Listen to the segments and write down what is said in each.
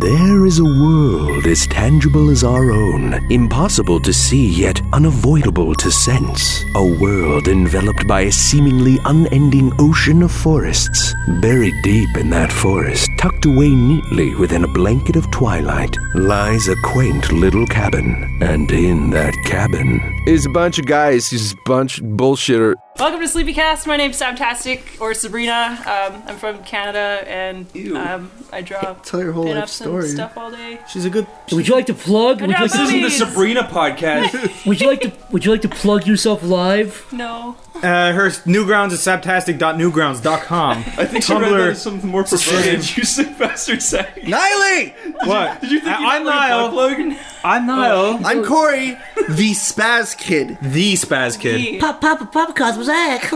There is a world as tangible as our own, impossible to see yet unavoidable to sense. A world enveloped by a seemingly unending ocean of forests. Buried deep in that forest, tucked away neatly within a blanket of twilight, lies a quaint little cabin. And in that cabin is a bunch of guys, just bunch bullshitter. Welcome to Sleepycast. My name's Sabtastic or Sabrina. Um, I'm from Canada and um, I draw Tell your whole life pinups story. and stuff all day. She's a good. Would you like to plug? Would you like This to, isn't the Sabrina podcast. would you like to? Would you like to plug yourself live? No, uh, her newgrounds is saptastic.newgrounds.com. I think she read that as something more perverted than you said, Bastard Sack. Niley! What? Did You think you I'm meant like a Niall. butt plug? I'm Niall. I'm Corey, the spaz kid. the spaz kid. The- Pop, Papa, Papa Cosmo Zach.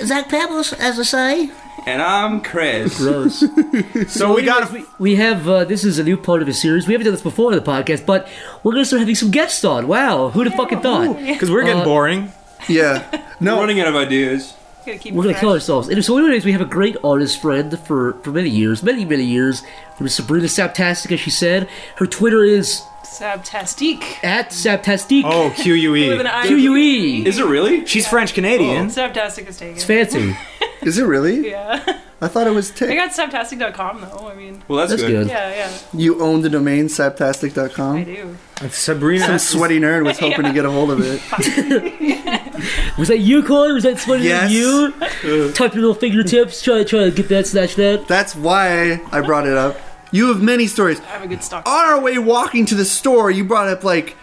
Zach Pebbles, as I say. And I'm Chris. Gross. So we got a. we have. Uh, this is a new part of the series. We haven't done this before in the podcast, but we're gonna start having some guests on. Wow, who'd have fucking thought? Because we're getting Uh, boring. Yeah. We're No. running out of ideas. gotta keep it We're gonna kill fresh. ourselves. And so, anyways, we have a great artist friend for for many years, many many years. From Sabrina Saptastic, as she said, her Twitter is Sabtastique. at Saptastic. Oh, With an QUE. I. QUE. Is it really? She's French Canadian. Oh. Sabtastic Oh, is taken. E. It's fancy. Is it really? yeah, I thought it was I Tick. got Sabtastic.com though. I mean, Well, that's, That's good. good. yeah, yeah, You own the domain, I saptastic.com. do. Sabrina. Some sweaty nerd was hoping to get a hold of it. Was that you, Corey? Was that sweating Yes. you? Tuck your little fingertips. Try try to get that, snatch that. That's why I brought it up. You have many stories. I have a good stock. On our way walking to the store, you brought up like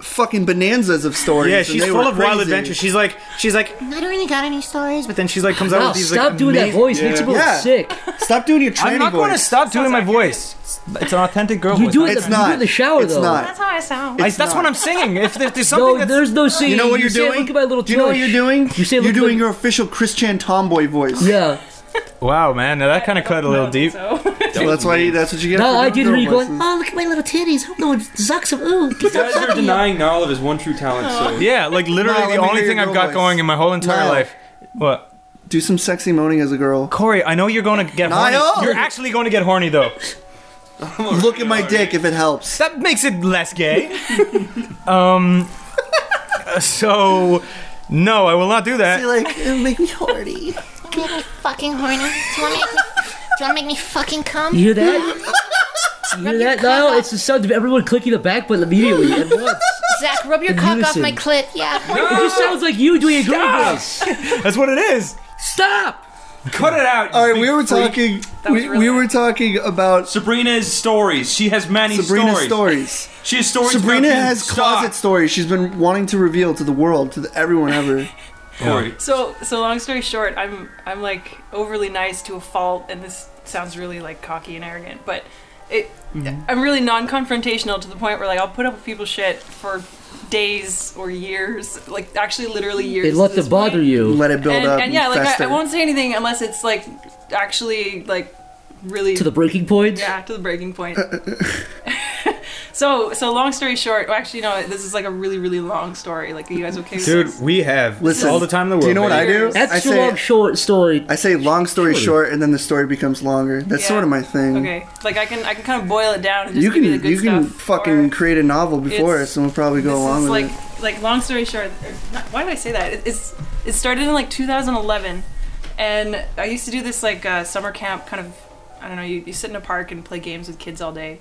fucking bonanzas of stories. Yeah, and she's they full were of wild crazy. adventures. She's like, she's like, I don't really got any stories, but then she's like, comes out Wow, with these stop like. doing that amazing- voice. Makes me look Yeah. sick. Stop doing your I'm tranny not going to voice. stop doing my accurate. voice. It's an authentic girl You voice. do I- it, It's you do it not. in the shower, It's though. not. That's how I sound. I- It's that's not. what I'm singing. If there- there's something No, that's. there's no singing. You know what you're say, doing? Look at my little Do you know what tush." you're doing? You say, you're look doing like- your official Chris Chan tomboy voice. Yeah. Wow, man. Now that kind of cut a little No, deep. So. So that's why that's what you get. No, for I did doing hear you girl going, voices. Oh, look at my little titties. I'm going zucks of ooh. You guys are denying Niall of his one true talent, so. Yeah, like literally No, let the me only hear thing your I've got voice. going in my whole entire Niall. life. What? Do some sexy moaning as a girl. Corey, I know you're going to get horny. Niall! You're actually going to get horny though. Look at my dick if it helps. That makes it less gay. um, so no, I will not do See, that. like it'll make me horny. Make me fucking horny. Do you want to make me, do you want to make me fucking You cum? hear that? You hear that? No, it's the sound of everyone clicking the back button immediately at once. Zach, rub your In cock off my unison. clit. Yeah. It just sounds like you doing a girl voice. That's what it is. Stop! Cut it out. you All right, big we were freak. talking. That was We, really we bad. were talking about Sabrina's stories. She has many Sabrina's stories. stories. She has stories. Sabrina about being has stalked. closet stories she's been wanting to reveal to the world, to the, everyone ever. Corey. So so long story short, I'm I'm like overly nice to a fault, and this sounds really like cocky and arrogant, but it Mm-hmm. I'm really non-confrontational to the point where like I'll put up with people's shit for days or years, like actually literally years. They at let this them bother point. you. Let it build And, up. and yeah, like I, fester. I won't say anything unless it's like actually like really To the breaking point? yeah to the breaking point. so so long story short, well, actually no, this is like a really really long story. Like are you guys okay? with this? Dude, we have Listen, all the time in the world. Do you know what I baby. do? Years. I That's your say, long, short story. I say long story short, and then the story becomes longer. That's Yeah. sort of my thing. Okay, like I can I can kind of boil it down. And just You give can you, the good you can stuff, fucking or create a novel before it's- us, and we'll probably go this along is with like it. like long story short. or not- Why did I say that? It, it's it started in like 2011, and I used to do this like uh, summer camp kind of. I don't know. You, you sit in a park and play games with kids all day,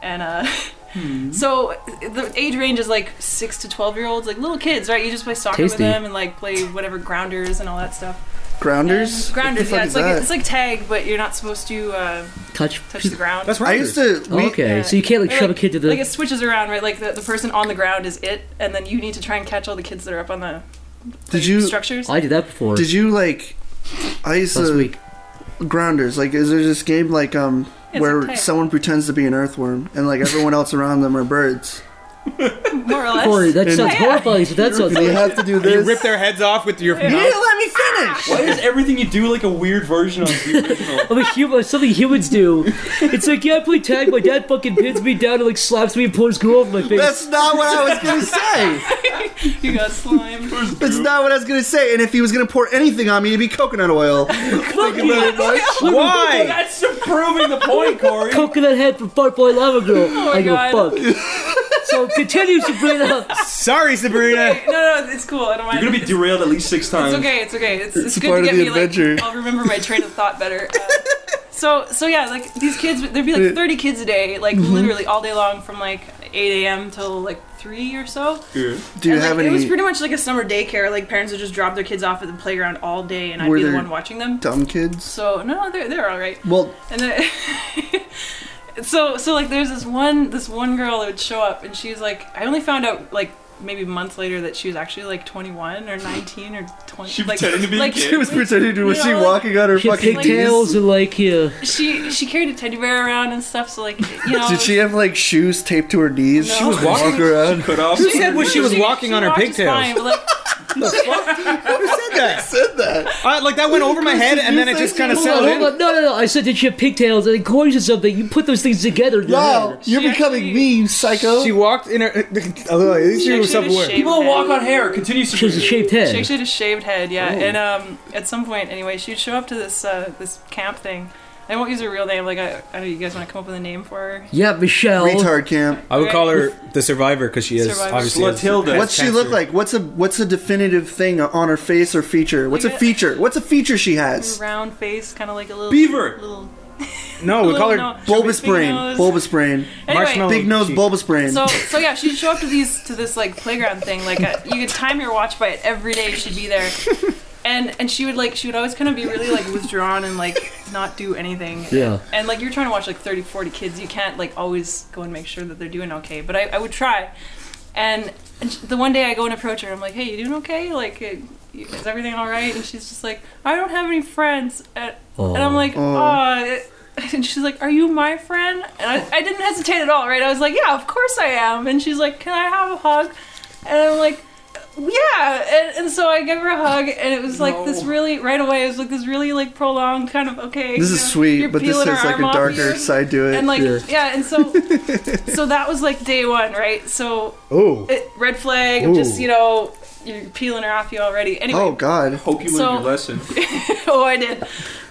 and uh, Hmm. so the age range is like six to 12 year olds, like little kids, right? You just play soccer with Tasty. them and like play whatever grounders and all that stuff. Grounders. And um, What the grounders, fuck yeah. is It's like that? it's like tag, but you're not supposed to uh, Touch. touch the ground. That's right. I used to. Oh, We, okay, Yeah. so you can't like Or, shove a kid to the. like it switches around, right? Like the, the person on the ground is it, and then you need to try and catch all the kids that are up on the Did you? structures. I did that before Did you like? I used last to week. grounders. Like, is there this game like um It's where okay. someone pretends to be an earthworm and like everyone else around them are birds? More or less. Corey, that sounds horrifying. So that sounds And you have to do You this. rip their heads off with your. You didn't let me Spanish. Why is everything you do like a weird version of the original? Of a human, something humans do. It's like, yeah, I play tag. My dad fucking pins me down and like slaps me and pours girl over my face. That's not what I was gonna say. You got slimed. That's not what I was gonna say. And if he was gonna pour anything on me, it'd be coconut oil. Fuck you. Why? That's just proving the point, Corey. Coconut head from Fart Boy Lava Girl. Oh I go God. fuck. So continue, Sabrina. Sorry, Sabrina. No, no, it's cool. I don't mind. You're gonna be derailed at least six times. It's okay. It's okay. It's, it's, It's good part to of get the me adventure. like I'll remember my train of thought better. Uh, so so yeah, like these kids, there'd be like 30 kids a day, like Mm-hmm. literally all day long from like 8 a.m. till like three or so. Yeah. Do you And, like, have it was pretty any much like a summer daycare. Like parents would just drop their kids off at the playground all day, and I'd Were be the there- one watching them. dumb kids? So no, they're they're all right. Well, And then, so so like there's this one this one girl that would show up and she's like I only found out like maybe months later that she was actually like 21 or 19 or 20 She like, pretended to be a like, kid? she was pretending to. Was You she know, like, walking on her She had fucking pigtails knees? and like yeah. she she carried a teddy bear around and stuff so like you know Did she have like shoes taped to her knees? No. She was walk walking- around. Cut off. Who said when she was she- walking she on her walked just pigtails? fine, but, like, Who said that? Said that. I, Uh, like that went over my head, and then it just kind of Hold on, settled hold in. on. No, no, no. I said that she had pigtails and corns or something. You put those things together. in your Wow, head. Oh, you're She becoming actually- me, you psycho. She walked in her. Although, at least she actually she was had a self-aware. shaved People head. walk on hair. Continue She has a to shaped She head. actually had a shaved head, yeah. Oh. And um, at some point, anyway, she'd show up to this uh, this camp thing. I won't use her real name. Like, I, I know you guys want to come up with a name for her. Yeah, Michelle. Retard camp. I would call her the survivor because she is Survivor. obviously. is- Slutilda. What's she look like? What's a what's a definitive thing on her face or feature? What's a Like a- feature? What's a feature she has? Round face, kind of like a little Beaver. Little, No, Oh, we little call her no- Bulbous big brain. nose. Bulbous brain. Anyway, Marshmallow. Big nose. she- Bulbous brain. So so yeah, she'd show up to these to this like playground thing. Like uh you could time your watch by it every day. She'd be there, and and she would like she would always kind of be really like withdrawn and like not do anything. Yeah. And like you're trying to watch like 30, 40 kids, you can't like always go and make sure that they're doing okay. But I, I would try, and, and sh- the one day I go and approach her, I'm like, hey, you doing okay? Like. uh, you- Is everything all right? And she's just like, I don't have any friends, and, and I'm like, oh, and she's like, "Are you my friend?" And I, I didn't hesitate at all, right? I was like, "Yeah, of course I am." And she's like, "Can I have a hug?" And I'm like, "Yeah." And, and so I give her a hug, and it was like this really right away. It was like this really like prolonged kind of okay. this you is know, sweet, you're but this peeling her has like arm a off darker here. side to it. And like Yeah. yeah, and so so that was like day one, right? So Oh. Ooh. it, red flag, of just Ooh. you know, you're peeling her off you already. Anyway, oh God. Hope you learned So- your lesson. oh, I did.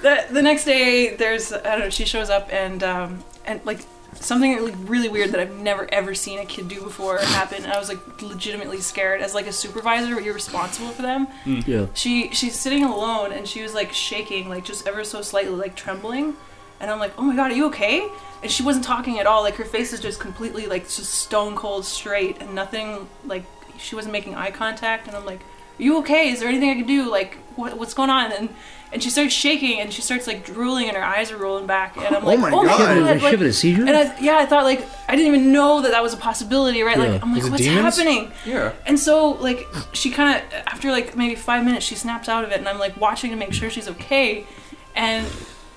The, the next day, there's I don't know. She shows up and um, and like something like really weird that I've never ever seen a kid do before happen. And I was like legitimately scared as like a supervisor, but you're responsible for them. Yeah. She she's sitting alone and she was like shaking, like just ever so slightly, like trembling. And I'm like, oh my god, are you okay? And she wasn't talking at all. Like her face is just completely like just stone cold straight and nothing. Like she wasn't making eye contact. And I'm like, are you okay? Is there anything I can do? Like what, what's going on? And and she starts shaking and she starts like drooling and her eyes are rolling back. And I'm like, my oh my God. She having a- god, she having a like, seizure? and I, yeah, I thought like I didn't even know that that was a possibility, right? Yeah. Like I'm like, Was it what's demons? happening? Yeah. And so like she kind of after like maybe five minutes she snaps out of it, and I'm like watching to make sure she's okay, and.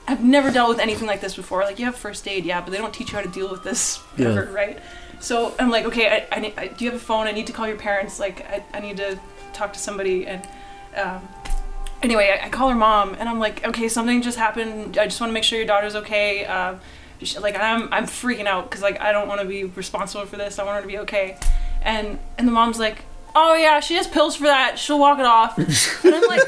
I've never dealt with anything like this before. Like, you have first aid, yeah, but they don't teach you how to deal with this Yeah. ever, right? So I'm like, okay, I, I, need- I, do you have a phone? I need to call your parents. Like, I, I need to talk to somebody. And um, anyway, I, I call her mom, and I'm like, okay, something just happened. I just want to make sure your daughter's okay. Uh, she- like, I'm I'm freaking out because like I don't want to be responsible for this. I want her to be okay. And and the mom's like, oh yeah, she has pills for that. She'll walk it off. and I'm like,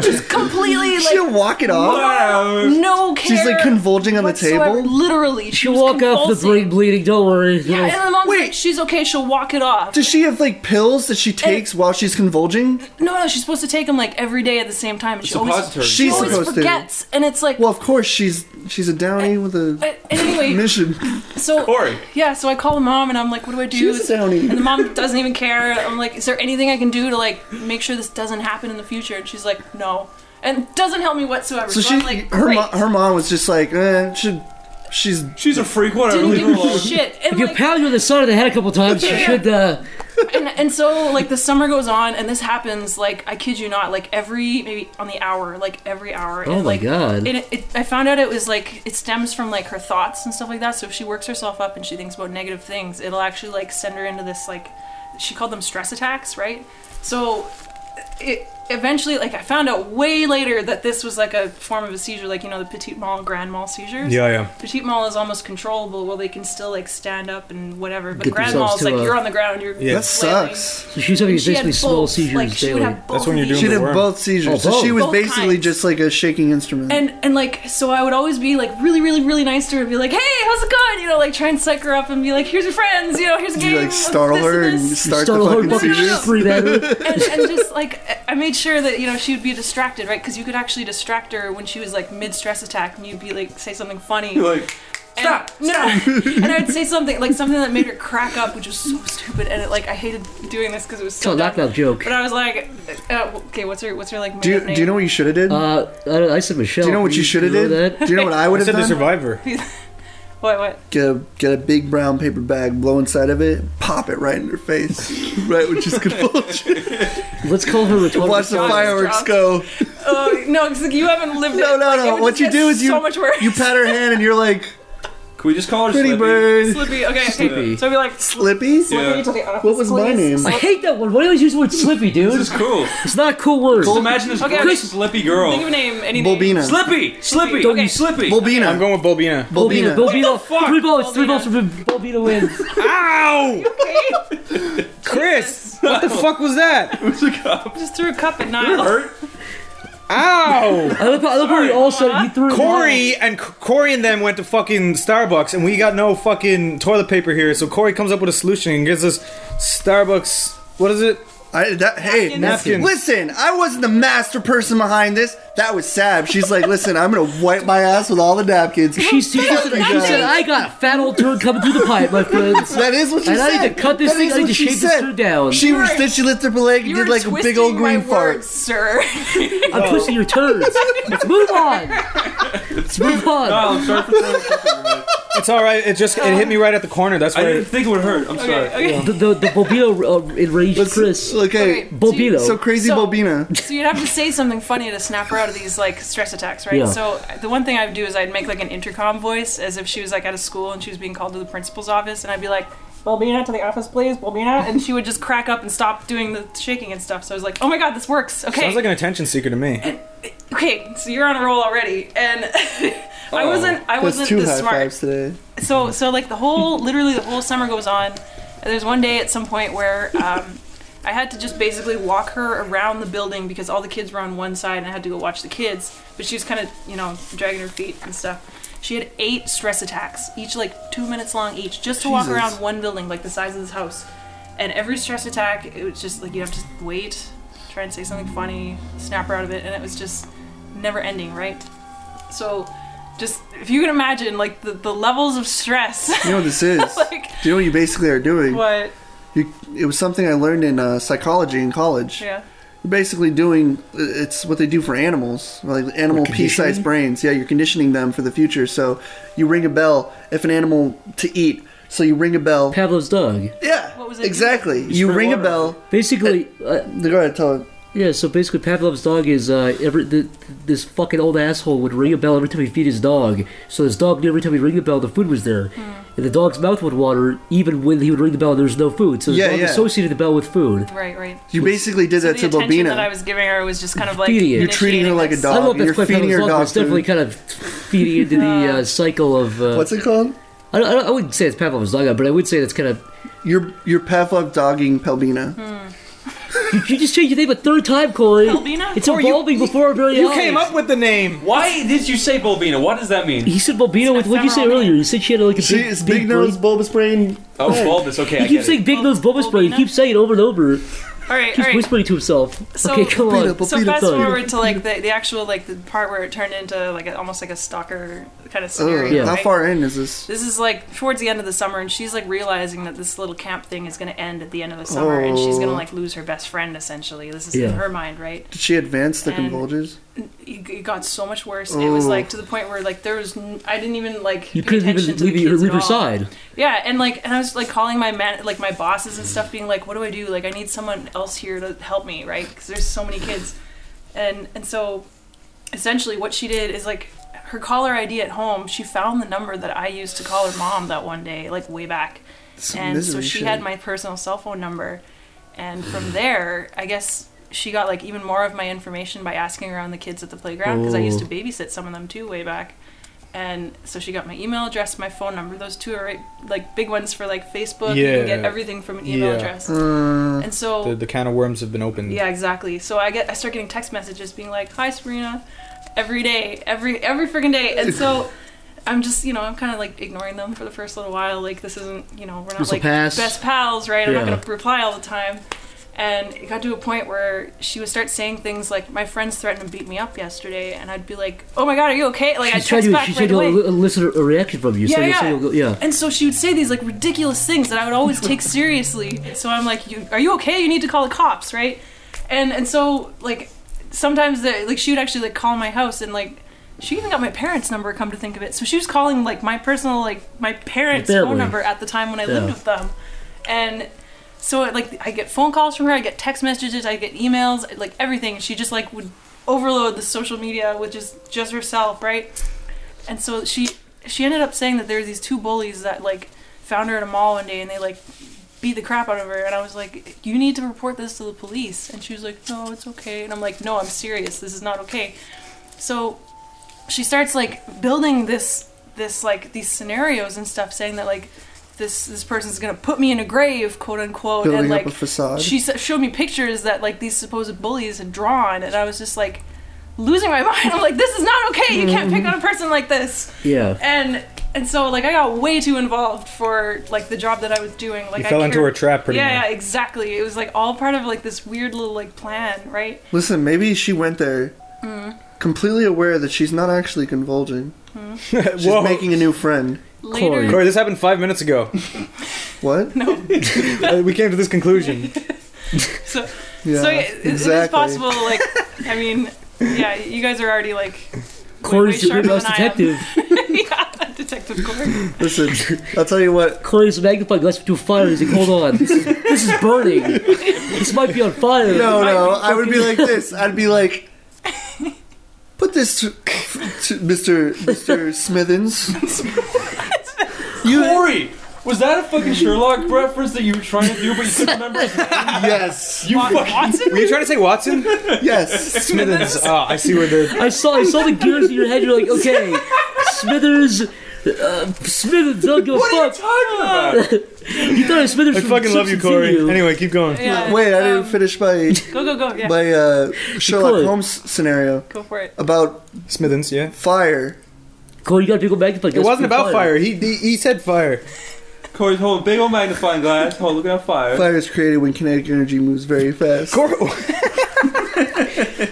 just completely like. She'll walk it off. no care. She's, like, convulsing on the whatsoever. table? Literally, she She'll was walk off the convulsing. brain bleeding. Don't worry. Yeah, and the mom's Wait. like, she's okay. She'll walk it off. Does she have like pills that she takes while she's convulsing? No, no, she's supposed to take them like every day at the same time. And she always, Suppository. she She's always supposed to. forgets, and it's like, Well, of course she's she's a downy with a uh, anyway, mission. so Corey. yeah, so I call the mom, and I'm like, what do I do? She's a downy. and the mom doesn't even care. I'm like, is there anything I can do to like make sure this doesn't happen in the future? And she's like, no, and doesn't help me whatsoever. So she I'm like, her great. mo- her mom was just like, eh, should she's She's a freak. Whatever. didn't Leave give her a alone. shit. And, If you like, pound her in the side of the head a couple times, she Yeah. should. Uh, and, and so like the summer goes on and this happens like i kid you not like every maybe on the hour like every hour Oh and, my like, God. it, it, i found out it was like it stems from like her thoughts and stuff like that so if she works herself up and she thinks about negative things it'll actually like send her into this like she called them stress attacks right so it eventually, like, I found out way later that this was like a form of a seizure, like you know the petit mal, grand mal seizures. Yeah, yeah. Petit mal is almost controllable. Well, they can still like stand up and whatever, but Get grand mal themselves is like to a- you're on the ground. You're Yeah. That flailing. sucks. So she's having And she had basically small both, seizures Like, she would daily. have both That's when you're of these. doing She the did worm. both seizures, Oh, so she both. was Both basically kinds. just like a shaking instrument. And and like so, I would always be like really, really, really nice to her, and be like, "Hey, how's it going?" You know, like try and psych her up and be like, "Here's your friends," you know, "Here's a Did game." you like startle this her and and, this. start Startle the her fucking butt, fucking seizures? breathe at her. and, and just like I made sure that you know she would be distracted, right? Because you could actually distract her when she was like mid stress attack, and you'd be like say something funny, Like, stop, no, and I would say something like something that made her crack up, which was so stupid, and it, like I hated doing this because it was It's a so. dumb. knockout joke. But I was like, uh, okay, what's her what's her like? Do you, maiden do you know name? what you should have did? Uh, I, I said Michelle. do you know what you should have know did? That? Do you know what I would I have said the done? survivor. what what? Get a, get a big brown paper bag, blow inside of it, pop it right in her face, right when she's convulsing. Let's call her a total Watch the God, fireworks dropped. go. Oh no, it's like you haven't lived No, it. no, Like, it no. would What just you get do is you so much worse. you pat her hand and you're like, can we just call her "Pretty Slippy? bird, Slippy. Okay, okay. Slippy. So I'd be like, Slippy." Yeah. What was my name? I hate that one. Why do you always use the word slippy, dude? This is cool. It's not a cool word. Well, imagine this Okay, gorgeous Chris- Slippy girl. Think of a name. Any name. Bulbina. Slippy! Slippy! Don't Okay. you- Slippy! I'm Bulbina. going with Bobina. Bobina, Bulbina. Bobina, fuck? three bullets, three Bobina. bullets from Bobina wins. Ow! Chris, what the fuck was that? Who's a cop? Just threw a cup at You're Niles. hurt? Ow! I love how, I love how he also he threw it Corey and Corey and them went to fucking Starbucks, and we got no fucking toilet paper here. So Corey comes up with a solution and gives us Starbucks. What is it? I, that, hey, Napkins. Listen, I wasn't the master person behind this. That was Sab. She's like, listen, I'm gonna wipe my ass with all the napkins. She, she, she, said, she said, I got a fat old turd coming through the pipe, my friends. That is what she And I said. need to cut this That thing- is I need what to she shave this said. dude down. She was, You're- then she lifted up her leg and You did were like a big old twisting my green fart. words, sir. I'm twisting your turds. Let's move on. Let's move on. Oh, Um, I'm sorry for throwing the cup over it. It's all right. It just it hit me right at the corner. That's I where didn't it, think it would hurt. I'm sorry. okay. The, the, the Bobino uh, enraged Chris. Okay, Okay. Bobino. so crazy So- Bobina. So you'd have to say something funny to snap her out of these like stress attacks, right? Yeah. So uh, the one thing I'd do is I'd make like an intercom voice as if she was like at a school and she was being called to the principal's office, and I'd be like, "Bulbina, to the office, please, Bulbina," and she would just crack up and stop doing the shaking and stuff. So I was like, "Oh my god, this works." Okay. sounds like an attention seeker to me. okay, so you're on a roll already, and I wasn't. I Oh, That's wasn't two this high smart fives today. so so like the whole literally the whole summer goes on and there's one day at some point where um, i had to just basically walk her around the building because all the kids were on one side and i had to go watch the kids but she was kind of you know dragging her feet and stuff she had eight stress attacks each like two minutes long each just to walk Jesus. around one building like the size of this house and every stress attack it was just like you have to wait try and say something funny snap her out of it and it was just never ending right so just if you can imagine like the, the levels of stress You know what this is? Like- Do you know what you basically are doing? What? You, it was something I learned in uh, psychology in college. Yeah. You're basically doing it's what they do for animals, like animal pea-sized brains. Yeah, you're conditioning them for the future. So you ring a bell if an animal to eat. So you ring a bell. Pavlov's dog. Yeah, What was it? exactly. You spray ring a water. bell. Basically, uh, Go ahead, tell it. yeah. So basically, Pavlov's dog is uh, every th this fucking old asshole would ring a bell every time he feed his dog. So his dog knew every time he ring the bell, the food was there, Hmm. and the dog's mouth would water even when he would ring the bell. and There was no food, so the Yeah, dog yeah. associated the bell with food. Right, right. You basically did So that the to attention that I Bobina. was giving her was just kind of like Feeding it. You're treating her initiating like a this- I don't dog. know if that's and you're quite feeding Pavlov's dog, your but dog it's definitely food. kind of feeding into the uh, cycle of. Uh, What's it called? I, don't, I, don't- I wouldn't say it's Pavlov's dog, but I would say that's kind of. You're you're Pavlov dogging Pelbina. Hmm. You just changed your name a third time, Corey. Albina? It's Corey, you- evolving before our very You eyes. came up with the name. Why did you say Bulbina? What does that mean? He said Bobina with what you say ephemeral earlier. You said she had like a She big, is big, big nose, bulbous brain. Oh, Bulbus. Okay, He I keeps get saying it. big nose bulbous brain. He Bobina? keeps saying it over and over. Keeps All right, all right. whispering to himself. So- okay, come on. Bobina, So Bobina, fast Bobina. forward to like the, the actual like the part where it turned into like a, almost like a stalker kind of Ugh, scenario. How right? far in is this? This is like towards the end of the summer, and she's like realizing that this little camp thing is going to end at the end of the summer, and she's Oh. going to like lose her best friend essentially. This is Yeah. in her mind, right? Did she advance the And- convulges? It it got so much worse. It Oh. was like to the point where like there was n- I didn't even like You pay couldn't attention even to the leave her, kids Oh. at leave her all. side. Yeah, and like, and I was like calling my man, like my bosses and stuff, being like, "What do I do? Like, I need someone else here to help me, right? Because there's so many kids." And and so, essentially, what she did is like her caller ID at home. She found the number that I used to call her mom that one day, like way back, Some and so misery she shit. had my personal cell phone number. And from there, I guess she got like even more of my information by asking around the kids at the playground because I used to Ooh. babysit some of them too way back. And so she got my email address, my phone number. Those two are right, like big ones for like Facebook. You can get Yeah. everything from an email Yeah. address. Mm. Uh, And so The, the can of worms have been opened. yeah, exactly. So I get I start getting text messages being like, "Hi, Sabrina," every day, every every freaking day, and so. I'm just, you know, I'm kind of like ignoring them for the first little while. Like, this isn't, you know, we're not This'll like pass. best pals, right? I'm not Yeah. going to reply all the time. And it got to a point where she would start saying things like, my friends threatened to beat me up yesterday. And I'd be like, oh my God, are you okay? Like, I'd She's trying text to, back she's right trying to away. el- elicit a reaction from you. so you'll, so you'll go, yeah. And so she would say these like ridiculous things that I would always take seriously. So I'm like, you, "Are you okay? You need to call the cops, right?" And and so like sometimes the, like she would actually like call my house and like she even got my parents' number. Come to think of it, so she was calling like my personal like my parents' Your phone family. number at the time when I Yeah. lived with them, and. So like I get phone calls from her, I get text messages, I get emails, like everything. She just like would overload the social media with just just herself, right? and so she she ended up saying that there were these two bullies that like found her in a mall one day and they like beat the crap out of her and i was like you need to report this to the police and she was like no it's okay and i'm like no i'm serious this is not okay so she starts like building this this like these scenarios and stuff saying that like this this person's gonna put me in a grave quote unquote and Building up like a facade. she s- showed me pictures that like these supposed bullies had drawn and i was just like losing my mind i'm like this is not okay you can't Mm-hmm. pick on a person like this Yeah. and and so like I got way too involved for like the job that I was doing. Like You I fell into cared- her trap pretty yeah, much. yeah, exactly. It was like all part of like this weird little like plan, right? listen, maybe she went there completely aware that she's not actually convulging. She's Whoa. making a new friend. Later, Corey, this happened five minutes ago. What? Uh, we came to this conclusion. so Yeah, so it, it is possible. Like I mean, yeah, you guys are already like Corey's way your sharper big ass than I am. detective. yeah, Detective Corey. Listen, I'll tell you what. Corey's magnifying glass to a fire. He's like, hold on, this is, this is burning. This might be on fire. No, no, I would be like this. I'd be like, put this to, to Mr. Mr. Smithens. You, Corey, was that a fucking Sherlock reference that you were trying to do but you couldn't remember? his name? yes, You fucking Watson. Were you trying to say Watson? yes. Smithers. Ah, I see where the I saw, I saw the gears in your head. You're like, okay, Smithers, uh, Smithers, don't give a fuck. talking about. You thought it was Smithers. I from fucking love you, Simpsons, didn't Corey. you? Anyway, keep going. Yeah. Wait, I um, didn't finish my Go go go. Yeah, my uh, Sherlock Cool. Holmes scenario go for it. about Smithers, yeah. fire. Corey, you got a big old magnifying It glass. wasn't to a about fire. He, he he said fire. Corey's holding a big old magnifying glass. Hold, looking at fire. Fire is created when kinetic energy moves very fast. Corey,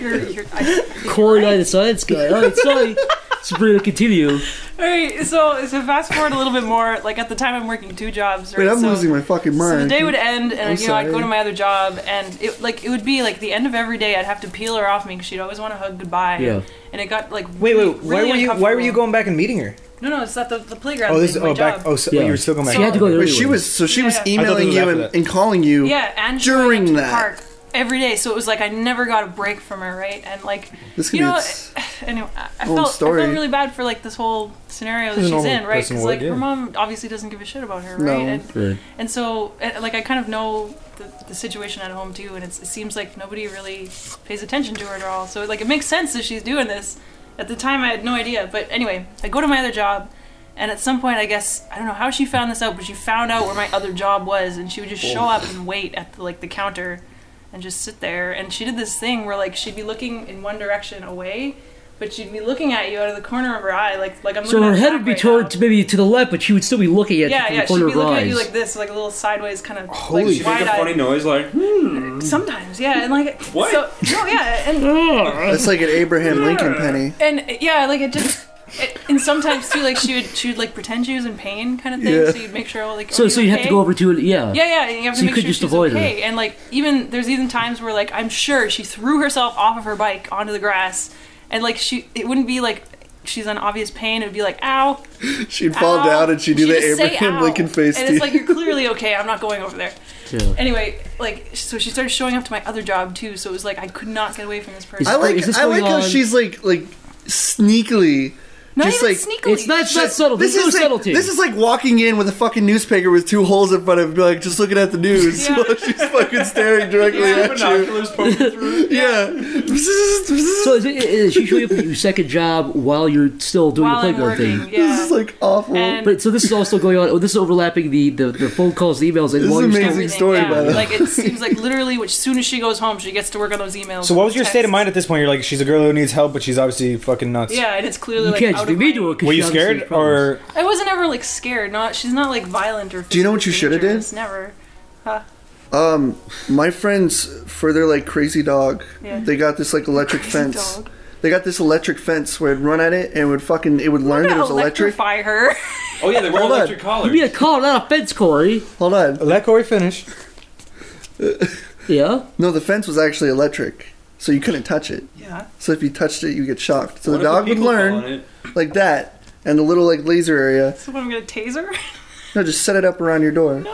You're, you're, I, Corey, I the science guy. All right, sorry. Sabrina, continue. all right, so so fast forward a little bit more. Like at the time, I'm working two jobs. Right? Wait, I'm so, losing my fucking So mind. the day would end, and I'm you know I'd go sorry. to my other job, and it like it would be like the end of every day. I'd have to peel her off me because she'd always want to hug goodbye. Yeah. And it got like wait, really- wait. Why really were you Why were you uncomfortable. going back and meeting her? No, no, it's at the, the playground. Oh, this is my oh back. job. Oh, so, Yeah. you were still going back. She had to go there. Wait, she anyway. was so she was Yeah. I thought this was emailing you after and, that. and calling you. yeah, and she During went to the that. park every day, so it was like I never got a break from her, right? And like This could you be know, its anyway, I- I own felt I story. felt really bad for like this whole scenario that As a she's normal in, right? person Because would, like yeah. her mom obviously doesn't give a shit about her, right? No. And, Right. and so and, like I kind of know the, the situation at home too, and it's, it seems like nobody really pays attention to her at all. So like it makes sense that she's doing this. At the time, I had no idea, but anyway, I go to my other job. And at some point, I guess I don't know how she found this out, but she found out where my other job was, and she would just show Oh. up and wait at the, like the counter, and just sit there. And she did this thing where like she'd be looking in one direction away, but she'd be looking at you out of the corner of her eye, like like I'm. So looking at her head Zach would be right turned now. to maybe to the left, but she would still be looking at Yeah, you yeah, she'd from be the corner looking of her at you eyes. like this, like a little sideways kind of Holy like You make a funny wide-eyed. noise like. hmm. Sometimes, yeah, and like What? So, no, yeah, and That's like an Abraham Lincoln penny. and uh, yeah, like it just. it- And sometimes too, like she would, she would like pretend she was in pain, kind of thing. Yeah. So you'd make sure, like, so, "Are so you have to okay?" go over to it. Yeah. Yeah, yeah, and you have to So you make could sure just she's avoid her. okay. And like even there's even times where like I'm sure she threw herself off of her bike onto the grass, and like she it wouldn't be like she's in obvious pain. It would be like ow, She'd fall ow. down and she'd do the just say, Abraham "Ow." Lincoln face. And it's to you. like you're clearly okay. I'm not going over there. Yeah. Anyway, like so she started showing up to my other job too. So it was like I could not get away from this person. I like Is this I like going how on- she's like like sneakily Not just even like sneakily. It's not, it's not subtle. This There's no is, like, subtlety. this is like walking in with a fucking newspaper with two holes in front of it, like just looking at the news Yeah. while she's fucking staring directly at you. Binoculars poking through. Yeah. so is, it- is she showing up at your second job while you're still doing while the I'm playground working. thing? Yeah. This is like awful. And- But so this is also going on. Oh, this is overlapping the the, the phone calls, the emails, and This while is you're amazing. still Everything, story, yeah. by the way. Like it seems like literally, which soon as she goes home, she gets to work on those emails. So what was your texts. state of mind at this point? You're like, she's a girl who needs help, but she's obviously fucking nuts. Yeah, and it's clearly you like can't out just be of mean my- to her. 'cause Were you she obviously scared has problems. or I wasn't ever like scared. Not she's not like violent or. Do you know what you physically shoulda did? dangerous, Never. Um, my friends for their like crazy dog, Yeah. they got this like electric Crazy fence. dog. They got this electric fence where it'd run at it and it would fucking it would learn that it was electric. Electrify her. Oh yeah, they wear Hold on. electric collars. Give me a call, not a fence, Corey. Hold on, let Corey finish? Yeah. no, the fence was actually electric, so you couldn't touch it. Yeah. So if you touched it, you get shocked. So What the if dog would people fall on learn it? like that, and the little like laser area. So what, I'm gonna tase her. No, just set it up around your door.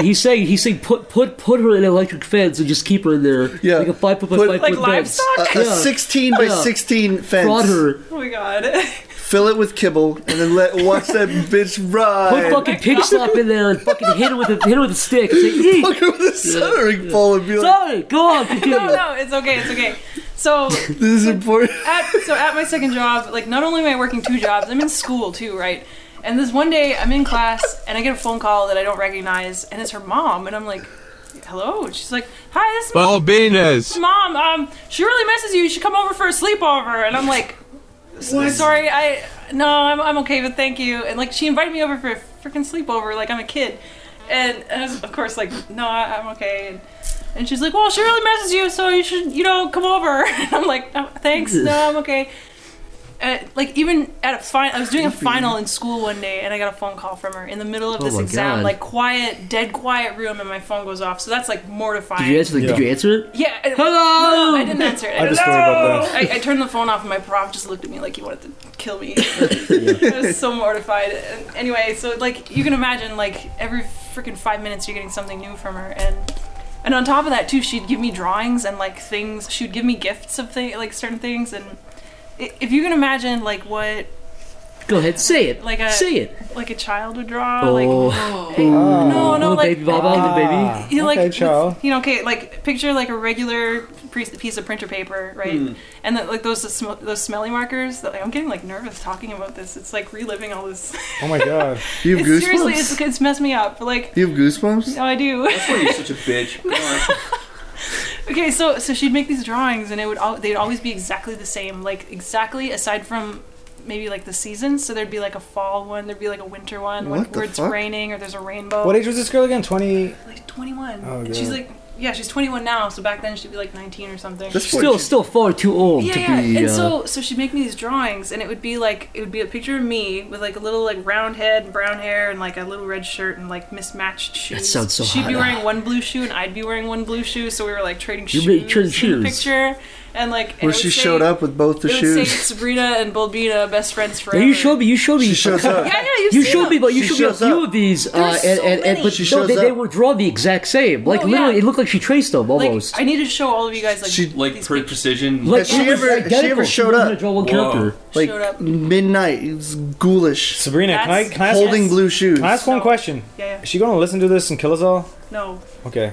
He's saying he's saying put put put her in an electric fence and just keep her in there. Yeah. Like a five foot by Put- five Like foot fence. livestock. A, a Yeah. sixteen by Yeah. sixteen fence. Prod her. oh my god. Fill it with kibble, and then let watch that bitch Put ride. fucking pig slop in there and fucking hit her with a hit her with a stick. Say, "Eat." Fuck her with a soldering pole and be like, Sorry, go on, continue. Oh, no, no, it's okay. It's okay. So "This is important." at so at my second job, like not only am I working two jobs, I'm in school too, right? And this one day I'm in class and I get a phone call that I don't recognize, and it's her mom, and I'm like, "Hello?" And she's like, "Hi, this is my Balbinus. mom. Um, she really misses you. You should come over for a sleepover." And I'm like, "S- "Sorry, I no, I'm I'm okay, but thank you." And like she invited me over for a freaking sleepover, like I'm a kid, and, and I was, of course like, "No, I, I'm okay." And, and she's like, "Well, she really misses you, so you should, you know, come over." And I'm like, no, "Thanks, no, I'm okay." Uh, like even at a final, I was doing a final in school one day, and I got a phone call from her in the middle of Oh this my exam, God. like quiet, dead quiet room, and my phone goes off. So that's like mortifying. Did you answer? Did you answer it? Yeah. I- Hello! No, I didn't answer it. I just worry about that. I, I turned the phone off, and my prof just looked at me like he wanted to kill me. I was so mortified. And anyway, so like you can imagine, like every freaking five minutes, you're getting something new from her, and and on top of that too, she'd give me drawings and like things. She'd give me gifts of things, like certain things, and i- if you can imagine, like what Go ahead, say it. Like a- say it. like a child would draw, Oh, like no, no, little like Oh. ah. baby Baba, little baby. you know, like Okay, with- child. you know okay like picture like a regular pre- piece of printer paper right and then like those sm- those smelly markers that like, i'm getting like nervous talking about this it's like reliving all this Oh my god. You have it's, goosebumps. seriously it's, it's messed me up like you have goosebumps. no i do That's why you're such a bitch. Go on. okay so so she'd make these drawings and it would al- they'd always be exactly the same like exactly aside from maybe like the seasons so there'd be like a fall one there'd be like a winter one What like, the where it's fuck? raining or there's a rainbow What age was this girl again? Twenty. like 21 Oh, and she's God. like yeah she's 21 now so back then she'd be like 19 or something That's what Still, you- still far too old to yeah, be. yeah. And uh, so, so she'd make me these drawings, and it would be like it would be a picture of me with like a little like round head and brown hair and like a little red shirt and like mismatched shoes. sounds so She'd be hot. wearing one blue shoe and I'd be wearing one blue shoe, so we were like trading You'd shoes. be trading in the shoes. picture, and like and Where it she would say- showed up with both the It would say shoes. Sabrina and Bulbina, best friends now forever. you showed me. You showed me. She shows up. Yeah, yeah, you've You seen showed them. me, but you She showed me a shows up. few of these, uh, There's and, so and, and many. but She no, shows they, they up. were drawn the exact same. Like No, literally, yeah. it looked like she traced them Like almost. I need to show all of you guys like She- Like these pre- pictures. precision. like If she it was ever- if she identical. ever showed was up- gonna draw one Whoa. character. Like showed up. midnight. It's ghoulish. Sabrina, can I That's- can I ask, Holding Yes. blue shoes. can I ask one question? Yeah, Is yeah. she gonna listen to this and kill us all? No. Okay.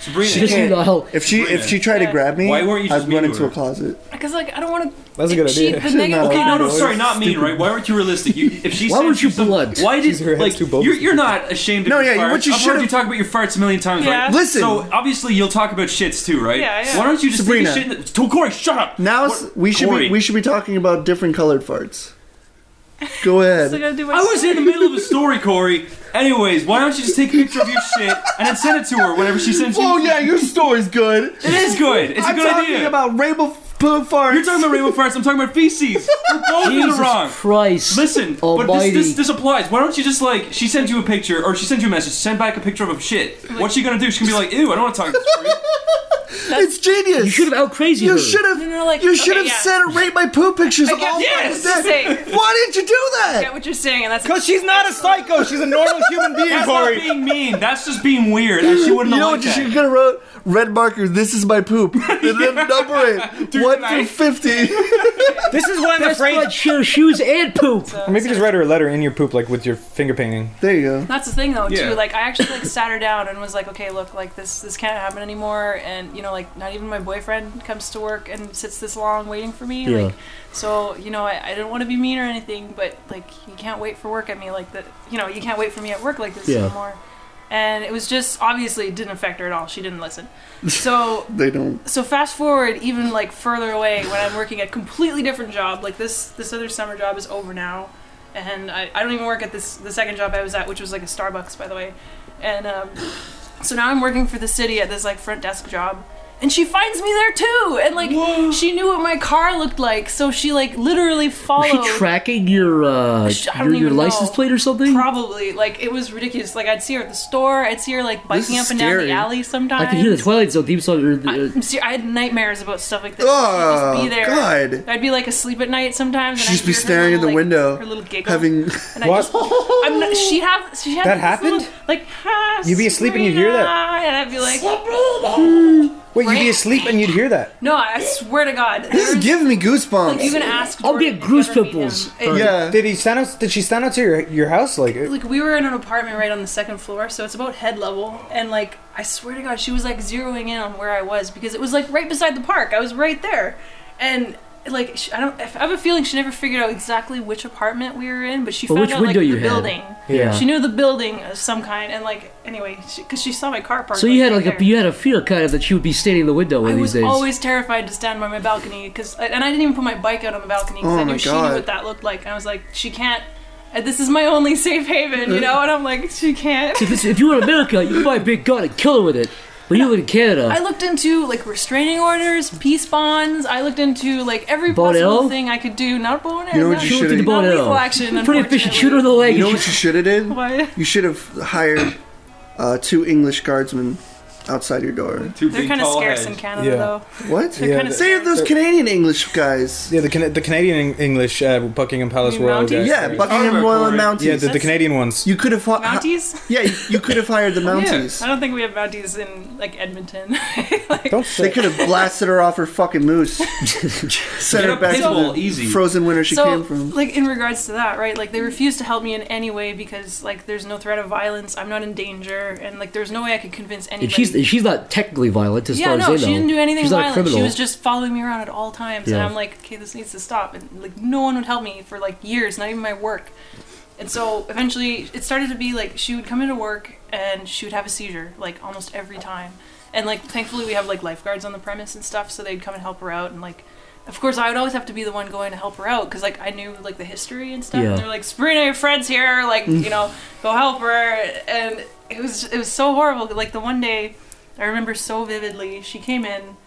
Sabrina, Just so you know, hell, If she if she tried to grab me, Why weren't you just I'd mean run to into a her? cloloset. Because like I don't want to. That's a good she, idea. The thing, Oh, No. Okay, no, no, sorry, not mean, right? Why weren't you realistic? You, if she Why sent weren't you some- blunt? Why did her head's like too bulbous. you're, you're not ashamed of No, your yeah, farts? what you I've heard should've- you talk about your farts a million times, Yeah. right? Listen. So obviously you'll talk about shits too, right? Yeah, yeah. Why don't you just Sabrina. take a shit? In the, to Corey, shut up. Now What- s- we should Corey. be we should be talking about different colored farts. Go I ahead. gotta do my. I was in the middle of a story, Corey. Anyways, why don't you just take a picture of your shit and then send it to her whenever she sends you? Oh yeah, your story's good. It is good. It's I'm a good talking idea. about rainbow f- blue farts. You're talking about rainbow farts. I'm talking about feces. We're both in the Jesus wrong. Christ! Listen, Almighty. but this, this this applies. Why don't you just like she sends you a picture or she sends you a message, send back a picture of a shit. What's she gonna do? She's gonna be like, ew, I don't want to talk to this freak. It's genius. You should have out crazy You her. should have. No, no, like- you should okay, have yeah. said rate my poop pictures I get- all yes, fucking day. same. Why didn't you do that? get what you're saying, and that's Because she's not a psycho. She's a normal human being, That's not Corey. being mean. That's just being weird. And she wouldn't You know have liked what you should that. have wrote? Red marker. This is my poop. And then number it Through one the through night. fifty. This is why I'm That's afraid. blood, show shoes, and poop. Or maybe just write her a letter in your poop, like with your finger painting. there you Mm-hmm. go. That's the thing though Yeah. too. Like I actually like sat her down and was like, okay, look, like this this can't happen anymore. And you know, like not even my boyfriend comes to work and sits this long waiting for me. Yeah. Like so, you know, I, I didn't want to be mean or anything, but like you can't wait for work at me like that. You know, you can't wait for me at work like this Yeah. anymore. And it was just obviously it didn't affect her at all. She didn't listen. So They don't. so fast forward even like further away when I'm working a completely different job. Like this this other summer job is over now, and I, I don't even work at this the second job I was at, which was like a Starbucks by the way, and um, so now I'm working for the city at this like front desk job. And she finds me there too, and like she knew what my car looked like, so she like literally Was followed. she tracking your uh, Sh- I don't your, your even license know. plate or something? Probably like it was ridiculous. Like I'd see her at the store, I'd see her like This biking is up and down scary. the alley sometimes. I could hear the Twilight Zone theme song. Or the, uh, I'm ser- I had nightmares about stuff like this. Oh, She'd just be there. God. I'd be like asleep at night sometimes. She'd and just I'd be hear her staring in the little, like, window, Her little giggle. Having And I just, I'm not, she have she had That this happened? little, like ah, You'd be asleep and you'd hear that. Sabrina, and I'd be like, Wait, you'd Right. be asleep and you'd hear that. no, I swear to God, this is giving me goosebumps. you can ask. I'll Jordan get if you goose ever meet pimples. him. It- yeah. Did he stand out? Did she stand out to your your house? Like, it- like we were in an apartment right on the second floor, so it's about head level, and like I swear to God, she was like zeroing in on where I was because it was like right beside the park. I was right there, and like she, I don't, I have a feeling she never figured out exactly which apartment we were in, but she But found which out like window the you had. building. Yeah. she knew the building of some kind, and like anyway, because she, saw my car parked. so you had right like there. a you had a fear kind of that she would be standing in the window one I of was these days. always terrified to stand by my balcony because, and I didn't even put my bike out on the balcony because Oh I my knew she God. knew what that looked like. And I was like, she can't. uh, This is my only safe haven, you know. And I'm like, she can't. if, it's, if you were in America, you could buy a big gun and kill her with it. But you live in Canada. I looked into like restraining orders, peace bonds. I looked into like every Bone possible L? thing I could do. Not bone You know L, what not- you Shoot her should've- through the bone Not arrow. lethal action, Pretty efficient. unfortunately. Shoot her in the leg. You know and what you should have did? What? You should have hired uh, two English guardsmen outside your door. Two They're big, kind of tall scarce heads. in Canada, Yeah. though. What? They're kind of Say those Canadian English guys. yeah, the Can- the Canadian Eng- English at Buckingham Palace mean were all Mounties? guys. Yeah, Buckingham Armor Royal and Corps. Mounties. yeah, the, the Canadian ones. you could have hi- Mounties? Yeah, you, you could have hired the Mounties. I don't think we have Mounties in like Edmonton. like, Don't They say. could have blasted her off her fucking moose. Sent her a back to pinball, the easy. frozen winter she so, came from. like in regards to that, right? Like they refuse to help me in any way because like there's no threat of violence. I'm not in danger, and like there's no way I could convince anybody. and she's and she's not technically violent as yeah, far no, as they she know. didn't do anything she's not a violent. criminal. She was just following me around at all times, and Yeah. I'm like, okay, this needs to stop. And like, no one would help me for like years, not even my work. And so eventually, it started to be like she would come into work and she would have a seizure like almost every time. And like, thankfully, we have like lifeguards on the premise and stuff, so they'd come and help her out. And like, of course, I would always have to be the one going to help her out because like I knew like the history and stuff. Yeah. And they're like, Sabrina, your friend's here, like you know, go help her. And it was it was so horrible. Like the one day. I remember so vividly. She came in,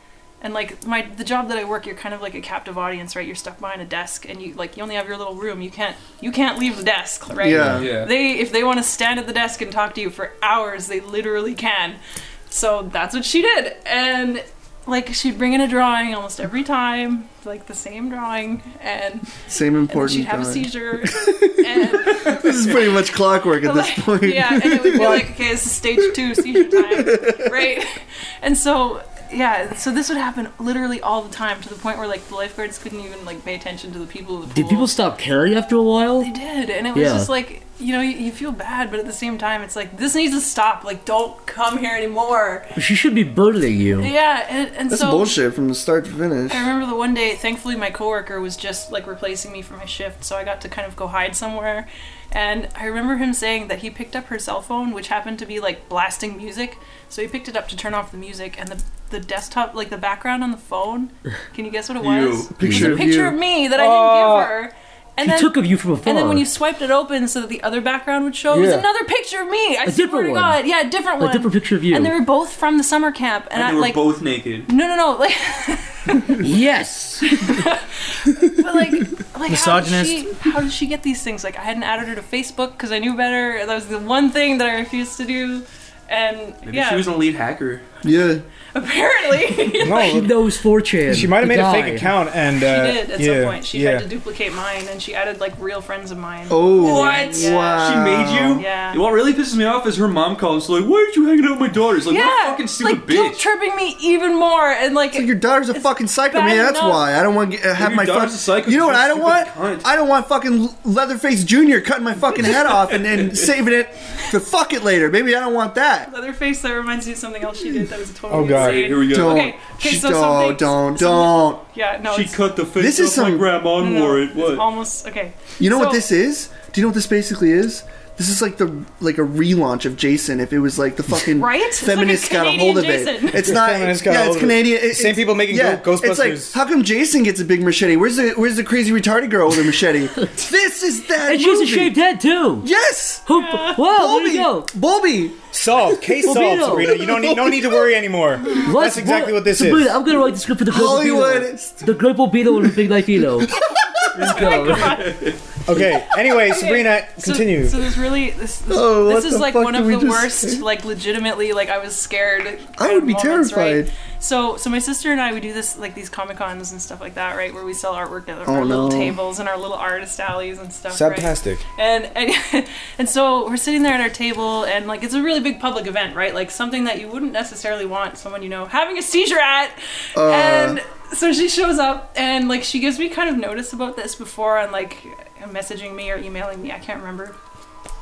and like my the job that I work, you're kind of like a captive audience, right? You're stuck behind a desk, and you like you only have your little room. You can't you can't leave the desk, right? Yeah. Yeah. They if they want to stand at the desk and talk to you for hours, they literally can. So that's what she did, and like she'd bring in a drawing almost every time, like the same drawing, and, and Same then important. she'd have a guy. seizure. and This is pretty much clockwork at this like, point. Yeah, and it would be like, okay, this is stage two seizure time, right? And so, yeah, so this would happen literally all the time to the point where like the lifeguards couldn't even like pay attention to the people. Of the Did pool. people stop caring after a while? They did, and it was Yeah. just like you know you, you feel bad, but at the same time it's like this needs to stop. Like, don't come here anymore. She should be burdening you. Yeah, and, and That's so bullshit from the start to finish. I remember the one day, thankfully, my coworker was just like replacing me for my shift, so I got to kind of go hide somewhere. And I remember him saying that he picked up her cell phone, which happened to be like blasting music. So he picked it up to turn off the music, and the the desktop, like the background on the phone, can you guess what it was? It was Picture a of picture you. of me that I Oh. didn't give her. And She took of you from afar. and then when you swiped it open so that the other background would show, it was Yeah. another picture of me. I swear different to one. God, yeah, a different one, different picture of you. And they were both from the summer camp, and, And I they were like, both naked. no, no, no, like. yes, But like, like Misogynist. How did, she, how did she get these things? Like, I hadn't added her to Facebook because I knew better. That was the one thing that I refused to do. And Maybe yeah, she was an elite hacker. Yeah. Apparently, He No, knows 4chan. she might have the made a guy. fake account and she uh, did at yeah, some point. She yeah. tried to duplicate mine, and she added like real friends of mine. Oh. What? Wow. She made you? Yeah. What really pisses me off is her mom calls, like, why aren't you hanging out with my daughters? Like, what a yeah, fucking stupid like guilt bitch. tripping me even more, and like Your daughter's a fucking psycho, bad man. That's enough. why I don't want to have your my daughter's a fucking. psycho, You know she's what a I don't want? stupid cunt. I don't want fucking Leatherface Junior cutting my fucking head off and then saving it to fuck it later. Maybe I don't want that. Otherface, that reminds me of something else she did that was totally Oh, God. insane. Here we go. Don't, Okay, okay, She- so don't, something- don't, some- don't. Yeah, no, She it's, cut the face This off is my some- grandma no, and no, wore it. it's What? almost okay. You know what So- this is? Do you know what this basically is? This is like the like a relaunch of Jason. If it was like the fucking Right? It's like a feminists got a Canadian hold of Jason. it. It's not. feminists got a Yeah, hold it's of it. Canadian. It, Same it's- people making yeah, Go- It's Ghostbusters. like how come Jason gets a big machete? Where's the where's the crazy retarded girl with a machete? this is that. And she has a movie. shaved head too. Yes. Who, Oh, Whoa, there you go. Bulby. Bulby. Solved. Case solved, Bobito. Sabrina. You don't need, no need to worry anymore. That's Let's- exactly what this Sabrina, is. I'm gonna write the script for the Great Hollywood. Bulbino. The Great Bulbino and the Big Knife Eno. Let's go. Okay, anyway, Sabrina, So- continue. So, there's really this. This, Oh, this what is the like fuck one did of we the just worst. say? Like legitimately, like I was scared. I would be moments, right? terrified. So, so my sister and I we do this like these comic cons and stuff like that, right? Where we sell artwork at our Oh, little no. tables and our little artist alleys and stuff. right? Fantastic. and and, and so we're sitting there at our table and like it's a really big public event right like something that you wouldn't necessarily want someone you know having a seizure at and so she shows up and like she gives me kind of notice about this before on like messaging me or emailing me i can't remember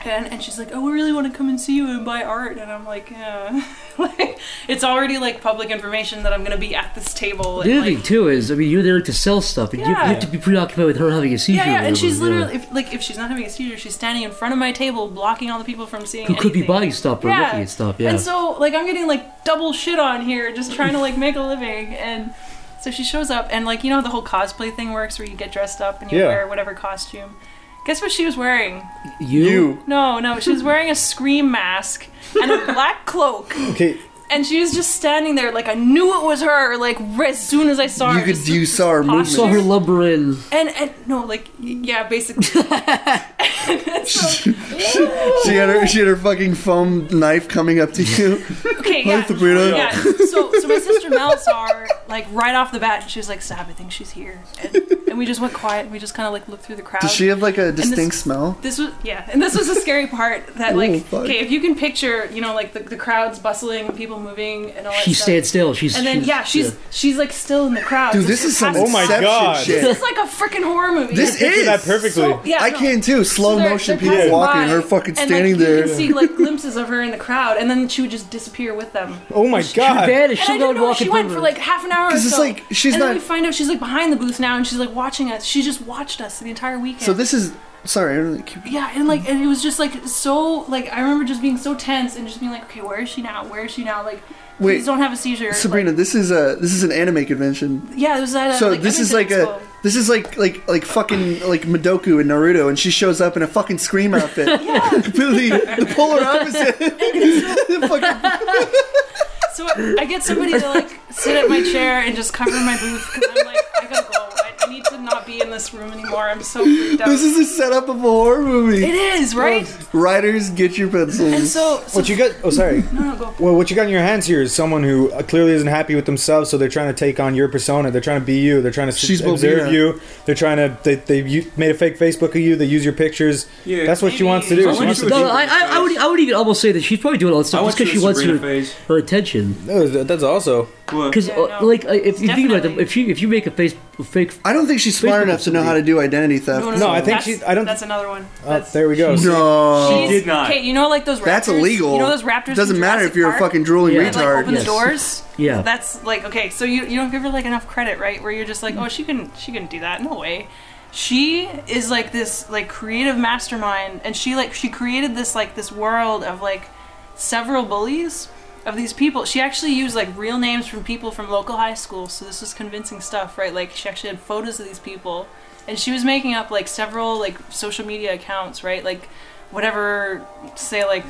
and, and she's like, oh, we really want to come and see you and buy art. And I'm like, yeah. like, it's already like public information that I'm going to be at this table. The And, other like, thing too is, I mean, you're there to sell stuff, and you, you have to be preoccupied with her having a yeah, seizure. or yeah, and whatever, she's yeah. literally if, like if she's not having a seizure, she's standing in front of my table, blocking all the people from seeing. who could be anything. buying stuff or looking at stuff. Yeah. And so like I'm getting like double shit on here, just trying to like make a living. And so she shows up, and like you know how the whole cosplay thing works, where you get dressed up and you Yeah. wear whatever costume. Guess what she was wearing? you, No, no, she was wearing a scream mask and a black cloak. Okay, And she was just standing there, like I knew it was her. Like right as soon as I saw You her, could- just you this saw her movement. saw her posture. lumber in. And and no, like y- yeah, basically. And so- She had her she had her fucking foam knife coming up to you. okay, yeah, the burrito. yeah. So so my sister Mel saw her like right off the bat, and she was like, "Stab, I think she's here." And, and we just went quiet. and We just kind of like looked through the crowd. Does she have like a this- distinct smell? This was yeah, and this was the scary part that like Ooh, fuck. okay, if you can picture, you know, like the, the crowds bustling and people moving and all that She stuff. stands still. She's and then she's, yeah, she's she's like still in the crowd. Dude, so this she is some passes- Oh my Inception God. shit. This is like a freaking horror movie. This Yeah. is that perfectly. So- yeah, I no. can too. Slow So they're- motion they're people passing walking, by, her fucking and, standing like, there. You can see like glimpses of her in the crowd, and then she would just disappear with them. oh my she god. vanished. And I She'll didn't go know if walking she went for through. like half an hour. or 'Cause it's so. like, she's and not- Then we find out she's like behind the booth now, and she's like watching us. She just watched us the entire weekend. So this is sorry, I don't really keep Yeah, and like, and it was just like so. Like, I remember just being so tense and just being like, okay, where is she now? Where is she now? Like, Wait, please don't have a seizure. Sabrina, this is a this is an anime convention. Like, yeah, it was that. So this is like a this is like like like fucking like Madoku in Naruto, and she shows up in a fucking scream outfit. completely the polar opposite. The fucking- So I get somebody to like sit at my chair and just cover my booth because I'm like, I gotta go. I, I need to not be in this room anymore. I'm so freaked out. this is a setup of a horror it movie. is right. Writers, get your pencils. And so, so What you got? Oh, sorry. no, no, go. Well, what you got in your hands here is someone who uh, clearly isn't happy with themselves, so they're trying to take on your persona. They're trying to be you. They're trying to s- She's observe Bobina. you. They're trying to. They, they u- made a fake Facebook of you. They use your pictures. Yeah. That's what she Maybe. wants to do. I She wouldn't wants do to it. no, I, I, I would, I would even almost say that she's probably doing all this I stuff went just because through she the wants Sabrina her, phase. her attention. No, th- that's also. What? Because Yeah, uh, no. like, uh, if you think about it, Definitely. if you if you make a face a fake, I don't think she's Facebook smart enough to know how to do identity theft. No, I think that's- she- I don't- That's another one. Uh, That's, there we go. No. She's- did not. Okay, you know like those raptors. That's illegal. You know those raptors. Doesn't from matter if Jurassic you're Park? a fucking drooling Yeah. That, like retard. open Yes. the doors. Yeah. That's like okay, so you you don't give her like enough credit, right? Where you're just like, oh, she couldn't she couldn't do that, no way. She is like this like creative mastermind, and she like she created this like this world of like several bullies of these people. She actually used like real names from people from local high schools, so this was convincing stuff, right? Like she actually had photos of these people, and she was making up like several like social media accounts, right? Like whatever, say like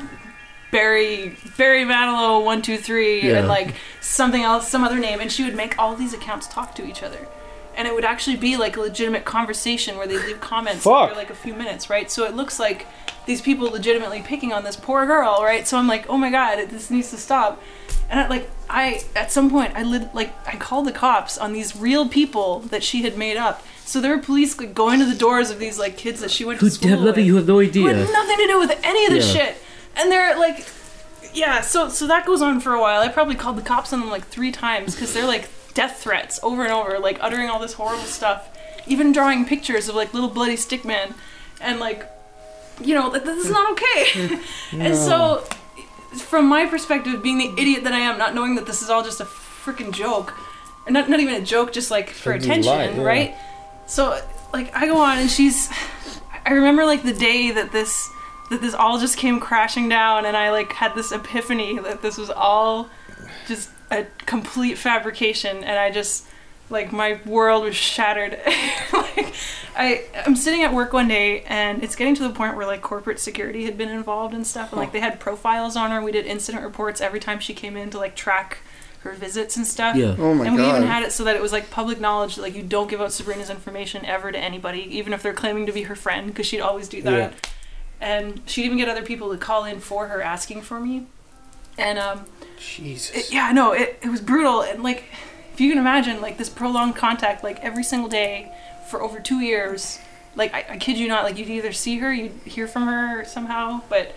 Barry Barry Manilow one two three Yeah. and like something else, some other name, and she would make all these accounts talk to each other. And it would actually be like a legitimate conversation where they leave comments Fuck. after like a few minutes, right? So it looks like these people legitimately picking on this poor girl, right? So I'm like, oh my god, it, this needs to stop. And I, like I, at some point, I lit, like I called the cops on these real people that she had made up. So there were police like, going to the doors of these like kids that she went Who to school have nothing- with, who have no who had idea. nothing to do with any of this Yeah. shit. And they're like, yeah. So so that goes on for a while. I probably called the cops on them like three times because they're like death threats over and over, like uttering all this horrible stuff, even drawing pictures of like little bloody stick men, and like, you know, like, this is not okay. And so from my perspective, being the idiot that I am, not knowing that this is all just a freaking joke, or not not even a joke, just like for It's a attention, lie, yeah. right? So like I go on and she's, I remember like the day that this that this all just came crashing down, and I like had this epiphany that this was all just a complete fabrication, and I just like my world was shattered. like I I'm sitting at work one day and it's getting to the point where like corporate security had been involved and stuff and like they had profiles on her. We did incident reports every time she came in to like track her visits and stuff. Yeah. Oh my and we God. even had it so that it was like public knowledge that like you don't give out Sabrina's information ever to anybody, even if they're claiming to be her friend, because she'd always do that. Yeah. And she'd even get other people to call in for her asking for me. And um it- Jesus. yeah, no, it, it was brutal. And like, if you can imagine, like this prolonged contact, like every single day for over two years, like I, I kid you not, like you'd either see her, you'd hear from her somehow, but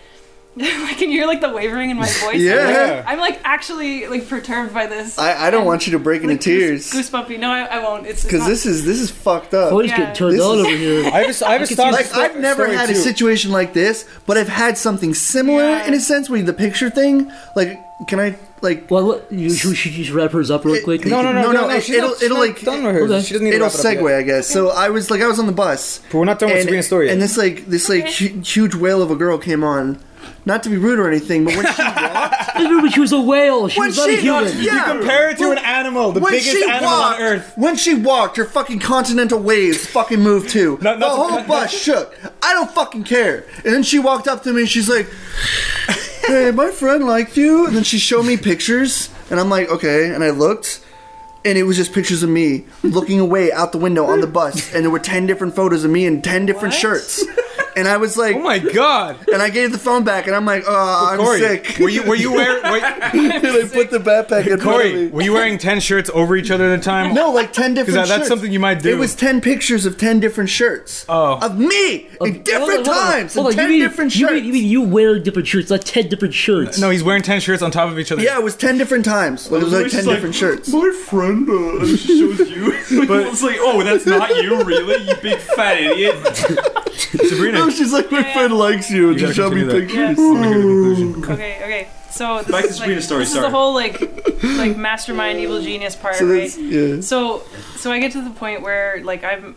I can hear like the wavering in my voice. Yeah. I'm like actually like perturbed by this. I, I don't want you to break into like, tears Goose, goosebumpy. No, I, I won't. It's because not- this is this is fucked up. Chloe's Yeah. getting turned This on is- over here. I have a, I have a star Like I've never story, had a too. situation like this, but I've had something similar Yeah. in a sense where the picture thing. Like, can I like? Well, look, you should, should you just wrap hers up real It- quick? No, no, no, no, No, no, no. it- she's it'll- not, she's it'll, not like- done with her. Okay. She doesn't need It'll to wrap it up segue, yet. I guess. So I was like, I was on the bus. But we're not done with Sabrina's story yet. And this like this like hu- huge whale of a girl came on. Not to be rude or anything, but when she walked, Remember, she was a whale. She when was not she a human. yeah, You compare it to Well, an animal, the when biggest she animal walked, on earth. When she walked, her fucking continental waves fucking moved too. No, no, the whole no, bus shook. I don't fucking care. And then she walked up to me and she's like, "Hey, my friend liked you." And then she showed me pictures, and I'm like, "Okay." And I looked, and it was just pictures of me looking away out the window on the bus, and there were ten different photos of me in ten different What? shirts. And I was like, Oh my god. and I gave the phone back, and I'm like, "Oh, I'm Corey, sick." were you were you wearing were, and I put the backpack in front of me. Corey, were you wearing 10 shirts over each other at a time? No, like ten different. that- that's shirts. something you might do. It was ten pictures of ten different shirts. Oh. of me in Hold different on, hold on. times, in Hold on, you ten mean- different you shirts. mean, you mean you wear different shirts, not ten different shirts? No, he's wearing 10 shirts on top of each other. yeah, it was ten different times. Like, it was like ten different shirts. My friend uh, shows you. it's like, oh, that's not you, really, you big fat idiot. Sabrina. No, she's like, my friend likes you, and You gotta she showed me continue that. pictures. Yeah. I'm gonna go to conclusion. Okay, okay. So this Back to is like, Sabrina's story, This is sorry. the whole like like mastermind evil genius part, So right? that's- yeah. So so I get to the point where like I'm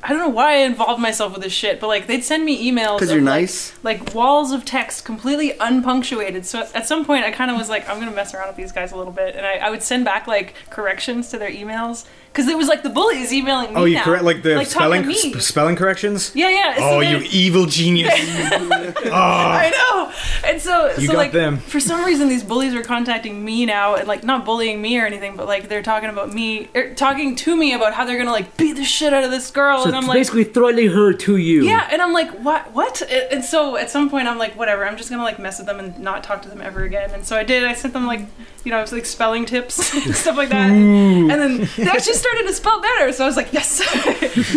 I don't know why I involved myself with this shit, but like they'd send me emails 'Cause of, you're like- nice? like, walls of text completely unpunctuated. So at some point I kind of was like I'm gonna mess around with these guys a little bit, and I, I would send back like corrections to their emails because it was like the bullies emailing me. Oh, you now. correct like the talk to spelling me. sp- spelling corrections? yeah, yeah. so Oh, you then- evil genius. I know. And so, You so got like them. for some reason these bullies are contacting me now and like not bullying me or anything, but like they're talking about me, er, talking to me about how they're gonna like beat the shit out of this girl, so and I'm like. basically threatening her to you. Yeah, and I'm like, what? What? And and so at some point, I'm like, whatever. I'm just gonna like mess with them and not talk to them ever again. And so I did. I sent them like, you know, I was like spelling tips and stuff like that. And, and then they actually started to spell better. So I was like, yes.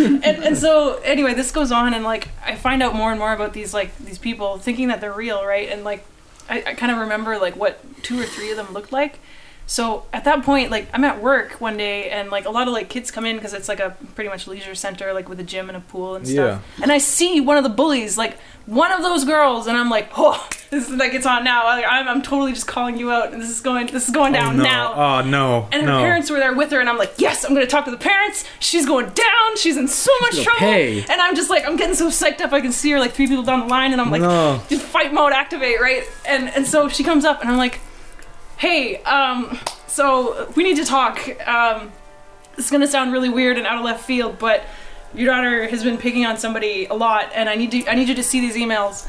and, and so anyway, this goes on, and like I find out more and more about these like these people, thinking that they're real, right? And like I, I kind of remember like what two or three of them looked like. So at that point, like I'm at work one day, and like a lot of like kids come in because it's like a pretty much leisure center, like with a gym and a pool and stuff. And I see one of the bullies, like one of those girls, and I'm like, oh, this is like it's on now. I- I'm, I'm totally just calling you out, and this is going, this is going down no. now. Oh no. and her no. parents were there with her, and I'm like, yes, I'm gonna talk to the parents. She's going down. She's in so much gonna trouble. pay. And I'm just like, I'm getting so psyched up. I can see her like three people down the line, and I'm like, No. just fight mode activate, right? And and so she comes up, and I'm like, hey, um, so we need to talk. Um, this is gonna sound really weird and out of left field, but your daughter has been picking on somebody a lot, and I need to I need you to see these emails.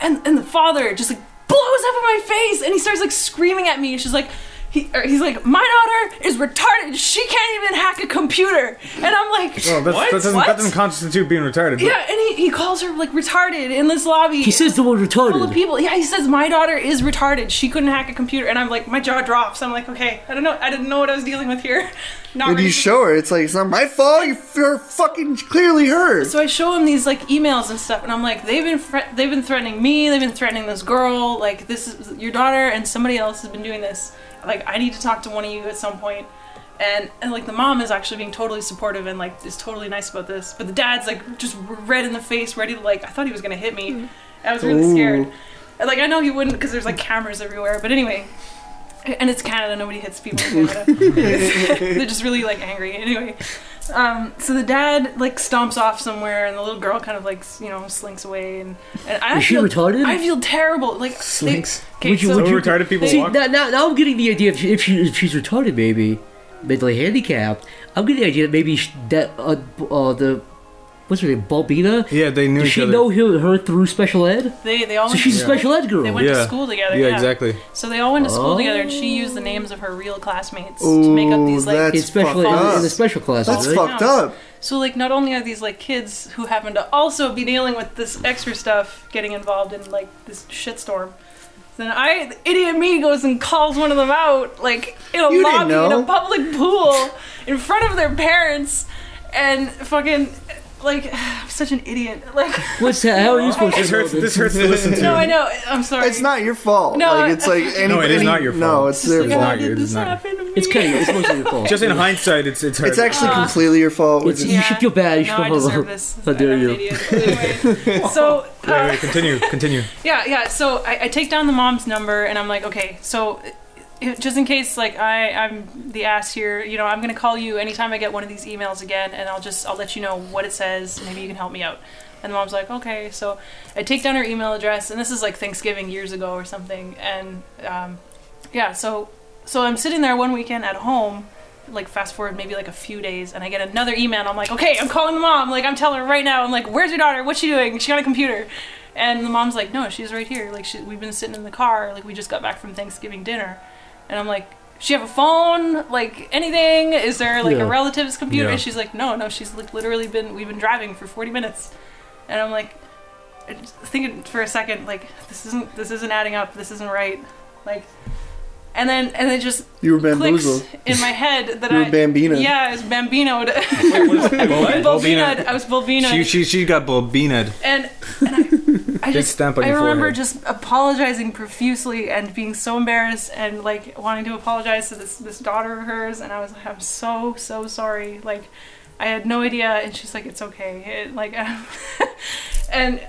And and the father just like blows up in my face, and he starts like screaming at me. And she's like, he, or he's like, my daughter is retarded. She can't even hack a computer. And I'm like, Oh, what? that's, That, doesn't, what? that doesn't constitute being retarded. but- yeah, and he, he calls her like retarded in this lobby. He says the word full of retarded. people. Yeah, he says my daughter is retarded. She couldn't hack a computer, and I'm like, my jaw drops. I'm like, okay, I don't know, I didn't know what I was dealing with here. Not When you ready. show her, it's like it's not my fault. You're, you're fucking clearly her. so I show him these like emails and stuff, and I'm like, they've been fre- they've been threatening me. They've been threatening this girl. Like this is your daughter, and somebody else has been doing this. Like I need to talk to one of you at some point. And, and like the mom is actually being totally supportive and like is totally nice about this, but the dad's like just red in the face, ready to like I thought he was gonna hit me. I was really scared. And, like I know he wouldn't because there's like cameras everywhere, but anyway, and it's Canada. Nobody hits people in Canada. They're just really like angry. Anyway, um, so the dad like stomps off somewhere, and the little girl kind of like s- you know slinks away. And, and I Is she feel retarded? I feel terrible. Like they- Slinks. okay, Would you- so- would So you- retarded people See, walk. now, now, now I'm getting the idea if, she, if, she, if she's retarded, maybe mentally handicapped. I'm getting the idea that maybe sh that uh, uh, the what's her name, Balbina. Yeah, they knew Did each she other. know him, her through special ed? they they all So she's a special ed girl. they went to Yeah. school together. Yeah, exactly. So they all went to school Oh. together, and she used the names of her real classmates to make up these like that's in special fucked in, up. in the special classes. That's right? fucked up. So like not only are these like kids who happen to also be dealing with this extra stuff getting involved in like this shitstorm. Then I the idiot me goes and calls one of them out like in a You didn't lobby in know. a public pool in front of their parents and fucking like I'm such an idiot. Like What's that? How are you supposed This to know hurts. this? This hurts to listen to. No, I know. I'm sorry. It's not your fault. No, like I- it's like any, No, it is any- not your No, fault. it's their God, not fault. your- did it's this not- happen to me? It's kind of it's mostly your fault. Just in hindsight, it's it's hurt. It's actually completely your fault. It's- which is- you should feel bad. You should no, I feel horrible. deserve this. How dare I'm an you. idiot. Anyway, so Wait, uh, wait, continue, continue. Yeah, yeah. So I, I take down the mom's number, and I'm like, okay, so uh, just in case, like, I, I'm the ass here. You know, I'm gonna call you anytime I get one of these emails again, and I'll just I'll let you know what it says. Maybe you can help me out. And the mom's like, okay. So I take down her email address, and this is like Thanksgiving years ago or something. And um, yeah, so so I'm sitting there one weekend at home. Like fast forward maybe like a few days, and I get another email. And I'm like, okay, I'm calling the mom. Like I'm telling her right now. I'm like, where's your daughter? What's she doing? She got a computer. And the mom's like, no, she's right here. Like, she, we've been sitting in the car. Like, we just got back from Thanksgiving dinner. And I'm like, she have a phone? Like, anything? Is there like Yeah. a relative's computer? Yeah. And she's like, no, no. She's like, literally been. We've been driving for 40 minutes. And I'm like, I just- thinking for a second, like, this isn't this isn't adding up. This isn't right. Like, and then and then just you were bamboozled. clicks in my head that You were I bambinoed. Yeah, I was bambinoed. What? Bulbinoed. I was bulbinoed She she she got bulbinaed. and, and I, I just stamp on I your remember forehead. just apologizing profusely and being so embarrassed and like wanting to apologize to this this daughter of hers and I was like I'm so so sorry like I had no idea and she's like it's okay it, like and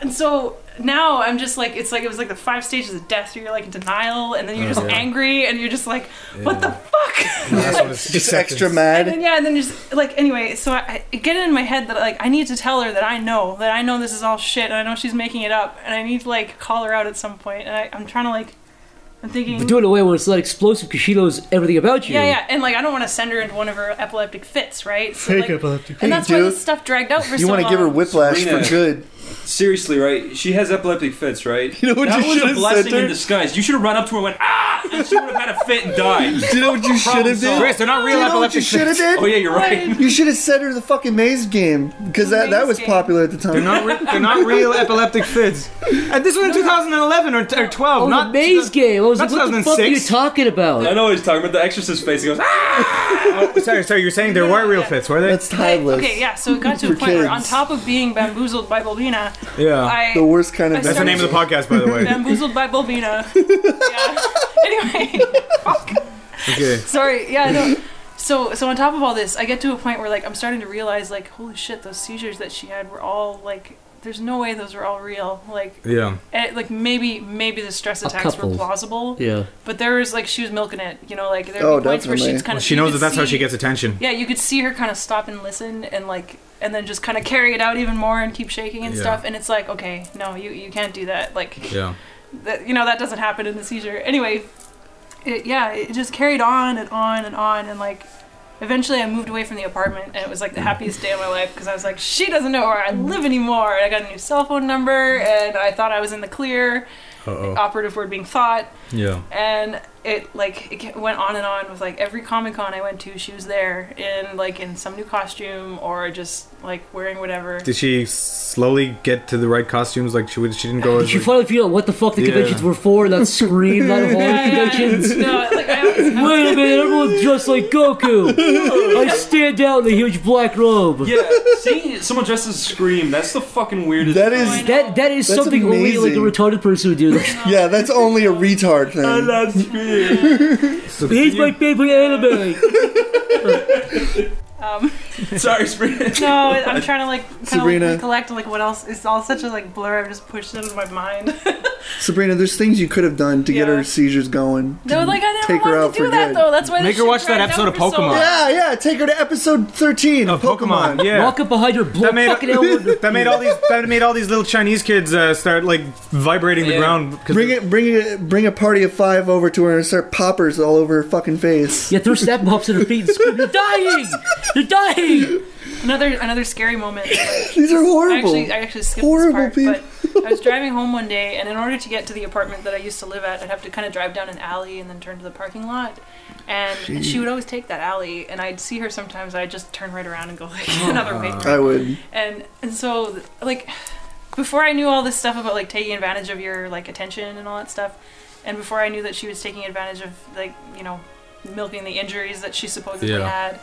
and so now I'm just like it's like it was like the five stages of death where you're like in denial and then Oh, you're just angry and you're just like what the fuck Just extra mad. and then, yeah, and then just like anyway, so I, I get it in my head that like I need to tell her that I know that I know this is all shit, and I know she's making it up, and I need to like call her out at some point, and I, I'm trying to like, I'm thinking, But do it in a way where it's not explosive because she knows everything about you. yeah, yeah, and like I don't want to send her into one of her epileptic fits, right? So, like, Hey, and that's why dude, this stuff dragged out for You so want long. to give her whiplash Serena. for good. Seriously, right? She has epileptic fits, right? know what that you was should've a said blessing to her? in disguise. You should have run up to her and went, ah! And she would have had a fit and died. Do you know what you should have did? Chris, they're not You real know what you epileptic. should have did? Oh, yeah, you're right. You should have sent her the fucking maze game because that, that Maze was game. popular at the time. They're not, re- they're not real epileptic fits. And this was in 2011 or, or 12, Oh, not the maze game. I was not like, what the fuck are you 2006. talking I about? know what he's talking about. The exorcist face. He goes, ah! Oh, sorry, sorry, you're saying there were real fits, were they? That's timeless. Okay, yeah, so it got to a For point where on kids. Uh, top of being bamboozled by Bulbina, yeah. I The worst kind of. That's That's the name of the podcast, by the way. bamboozled by Bulbina. yeah. Anyway. okay. Sorry, yeah, no. So, so on top of all this, I get to a point where like I'm starting to realize like, holy shit, those seizures that she had were all like, there's no way those were all real. Like, Yeah. eh, like maybe maybe the stress attacks were couple. plausible. Yeah. but there was like she was milking it, you know, like there Oh, were points where definitely. she's kind of She knows that that's how she gets attention. Yeah, you could see her kind of stop and listen and like and then just kind of carry it out even more and keep shaking and Yeah. stuff and it's like okay no you you can't do that like Yeah. that you know that doesn't happen in the seizure anyway it, yeah it just carried on and on and on and like eventually i moved away from the apartment and it was like the happiest day of my life because i was like she doesn't know where i live anymore and i got a new cell phone number and i thought i was in the clear operative word being thought Yeah. and it like it ke- went on and on with like every comic con I went to, she was there in like in some new costume or just like wearing whatever. Did she slowly get to the right costumes? Like she would, she didn't go Did as you like, finally figure out what the fuck the Yeah. conventions were for? Not Scream, not horror Yeah, yeah, conventions? no, like I always, I Wait a minute, everyone's dressed like Goku! I stand out in a huge black robe! Yeah, seeing someone dressed as Scream, that's the fucking weirdest. That thing. is- I know. That that is That's something only like a amazing. retarded person would do. Like, Yeah, that's only a retard thing. love Scream. so He's you- my favorite anime. Sorry, Spring. no, I'm trying to like kind Sabrina. of collect like what else. It's all such a like blur. I've just pushed it out of my mind. Sabrina, there's things you could have done to get Yeah. her seizures going. no, like I never Take her wanted out to do for that good. though. That's why Make this her shit watch that dragged episode out of for so Pokemon. long. Yeah, yeah, take her to episode 13 of of Oh, Pokemon. Yeah. Walk up behind her, blow that made fucking elbow. that made all these that made all these little Chinese kids uh, start like vibrating the Yeah. ground. 'cause Bring they- it, bring it, bring a party of five over to her and start poppers all over her fucking face. Yeah, throw snap mops at her feet and scream, "You're dying! You're dying!" Another another scary moment. These are I horrible. actually, I actually skipped Horrible this part, but I was driving home one day, and in order to get to the apartment that I used to live at, I'd have to kind of drive down an alley and then turn to the parking lot. And she would always take that alley, and I'd see her sometimes. I'd just turn right around and go like another way. I would. And and so like before I knew all this stuff about like taking advantage of your like attention and all that stuff, and before I knew that she was taking advantage of like you know milking the injuries that she supposedly Yeah. had,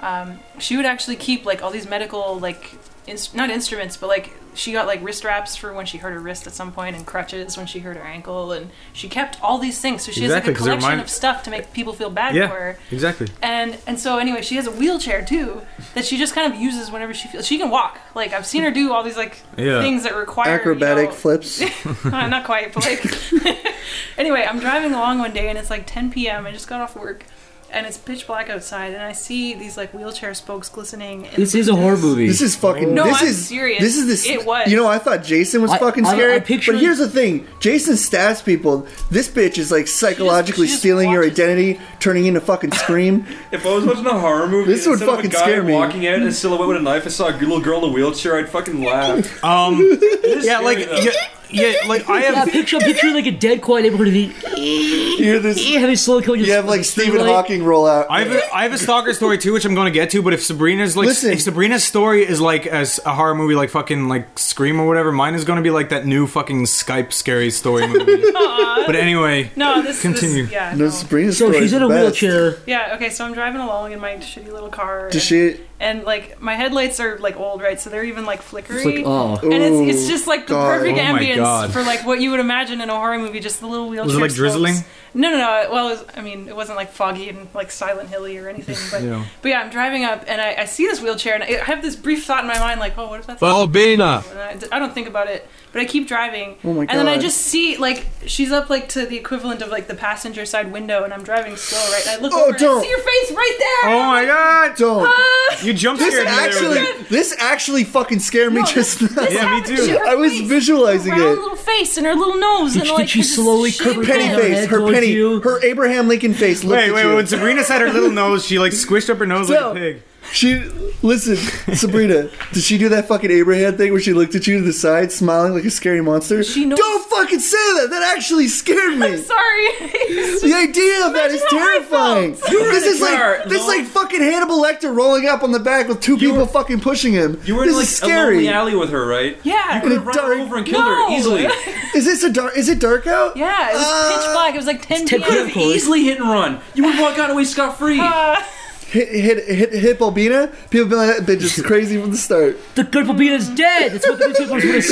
um, she would actually keep like all these medical like ins- not instruments but like she got like wrist wraps for when she hurt her wrist at some point and crutches when she hurt her ankle and she kept all these things so she Exactly, has like 'cause they're a collection mine- of stuff to make people feel bad for yeah, her exactly. and and so anyway, she has a wheelchair too that she just kind of uses whenever she feels. She can walk. Like I've seen her do all these like Yeah. things that require Acrobatic You know, flips. uh, not quite, but like. anyway, I'm driving along one day and it's like 10 p.m. I just got off work, and it's pitch black outside, and I see these like wheelchair spokes glistening. in This the is a horror distance. movie. This is fucking. No, this I'm is, serious. This is this. It was. You know, I thought Jason was I- fucking I- I scary. pictured- but here's the thing: Jason stabs people. This bitch is like psychologically she just stealing your watches. identity, turning into fucking scream. If I was watching a horror movie, This would instead of fucking a guy scare me. Walking out in a silhouette with a knife, I saw a little girl in a wheelchair. I'd fucking laugh. Um, It is yeah, scary, like though. yeah, yeah, like I yeah, have picture I'm picturing like a dead, quiet neighborhood. And he, you hear this? he having slow kill. You have like Stephen Hawking roll out. I have, a, I have a stalker story too, which I'm going to get to. But if Sabrina's like, Listen. if Sabrina's story is like a, s- a horror movie, like fucking like Scream or whatever, mine is going to be like that new fucking Skype scary story movie. but anyway, No, this Continue. This, yeah. no, No. Sabrina's So story she's is in the a best. wheelchair. Yeah. Okay. So I'm driving along in my shitty little car. Does and- she? and like my headlights are like old, right? So they're even like flickery. Flick- oh. and it's, it's Ooh, just like the God. perfect Oh my God. ambience for like what you would imagine in a horror movie. Just the little wheelchair. Was it, like, spokes. drizzling? No, no, no. Well, it was, I mean, it wasn't like foggy and like silent hilly or anything. But Yeah. yeah, but yeah I'm driving up and I, I see this wheelchair and I I have this brief thought in my mind like, oh, what if that's Albina. and I, I don't think about it, but I keep driving. Oh my And then I God. just see like she's up like to the equivalent of like the passenger side window, and I'm driving slow, right? And I look Oh, over and don't. I see your face right there. oh my god, Don't. Ah! you jump This scared me. there with actually, it. this actually fucking scared me No, just Oh, this- now. this Yeah, me happened. too. She- her I was face, visualizing her round it. little face and her little nose. Did, and she- like, did she this slowly shape curve her Penny head face, her towards penny, you? her Abraham Lincoln face. Looked Wait, at wait, you. wait. When Sabrina said her little nose, she like squished up her nose No. like a pig. She listen, Sabrina. did she do that fucking Abraham thing where she looked at you to the side, smiling like a scary monster? She knows- Don't fucking say that. That actually scared me. I'm sorry. It's The just- idea of that Imagine is how I terrifying. felt. This in is the car, like this is alone. like fucking Hannibal Lecter rolling up on the back with two people fucking pushing him. You were this in like is a scary. lonely alley with her, right? Yeah. You could have In a run her dark- over and killed No. her easily. Is this a dark? Is it dark out? yeah, it was Ah. pitch black. It was like 10 10 p.m. You could have easily hit and run. You would have walked out away scot free. Uh, Hit hit hit hit Albina. People be like, that bitch is crazy from the start. The good Bobina is dead. That's what the newspapers would have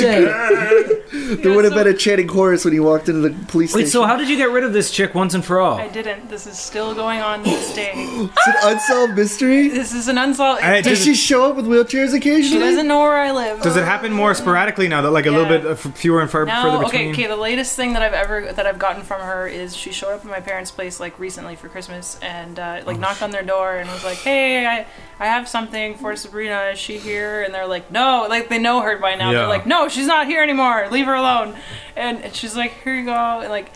said. There would have so- been a chanting chorus when he walked into the police station. did you get rid of this chick once and for I all? didn't. This is still going on to this day. it's an unsolved mystery. This is an unsolved. I- Does she show up with wheelchairs occasionally? she doesn't know where I live. Does it happen more sporadically now that like a little Yeah. bit uh, f- fewer and far No, further okay, between? okay. The latest thing that I've ever that I've gotten from her is she showed up at my parents' place like recently for Christmas and uh, Oh, like knocked on their door and was like, "Hey, I I have something for Sabrina. Is she here?" And they're like, "No," like they know her by now. Yeah. They're like, "No, she's not here anymore. Leave her alone." And, and she's like, "Here you go," and like.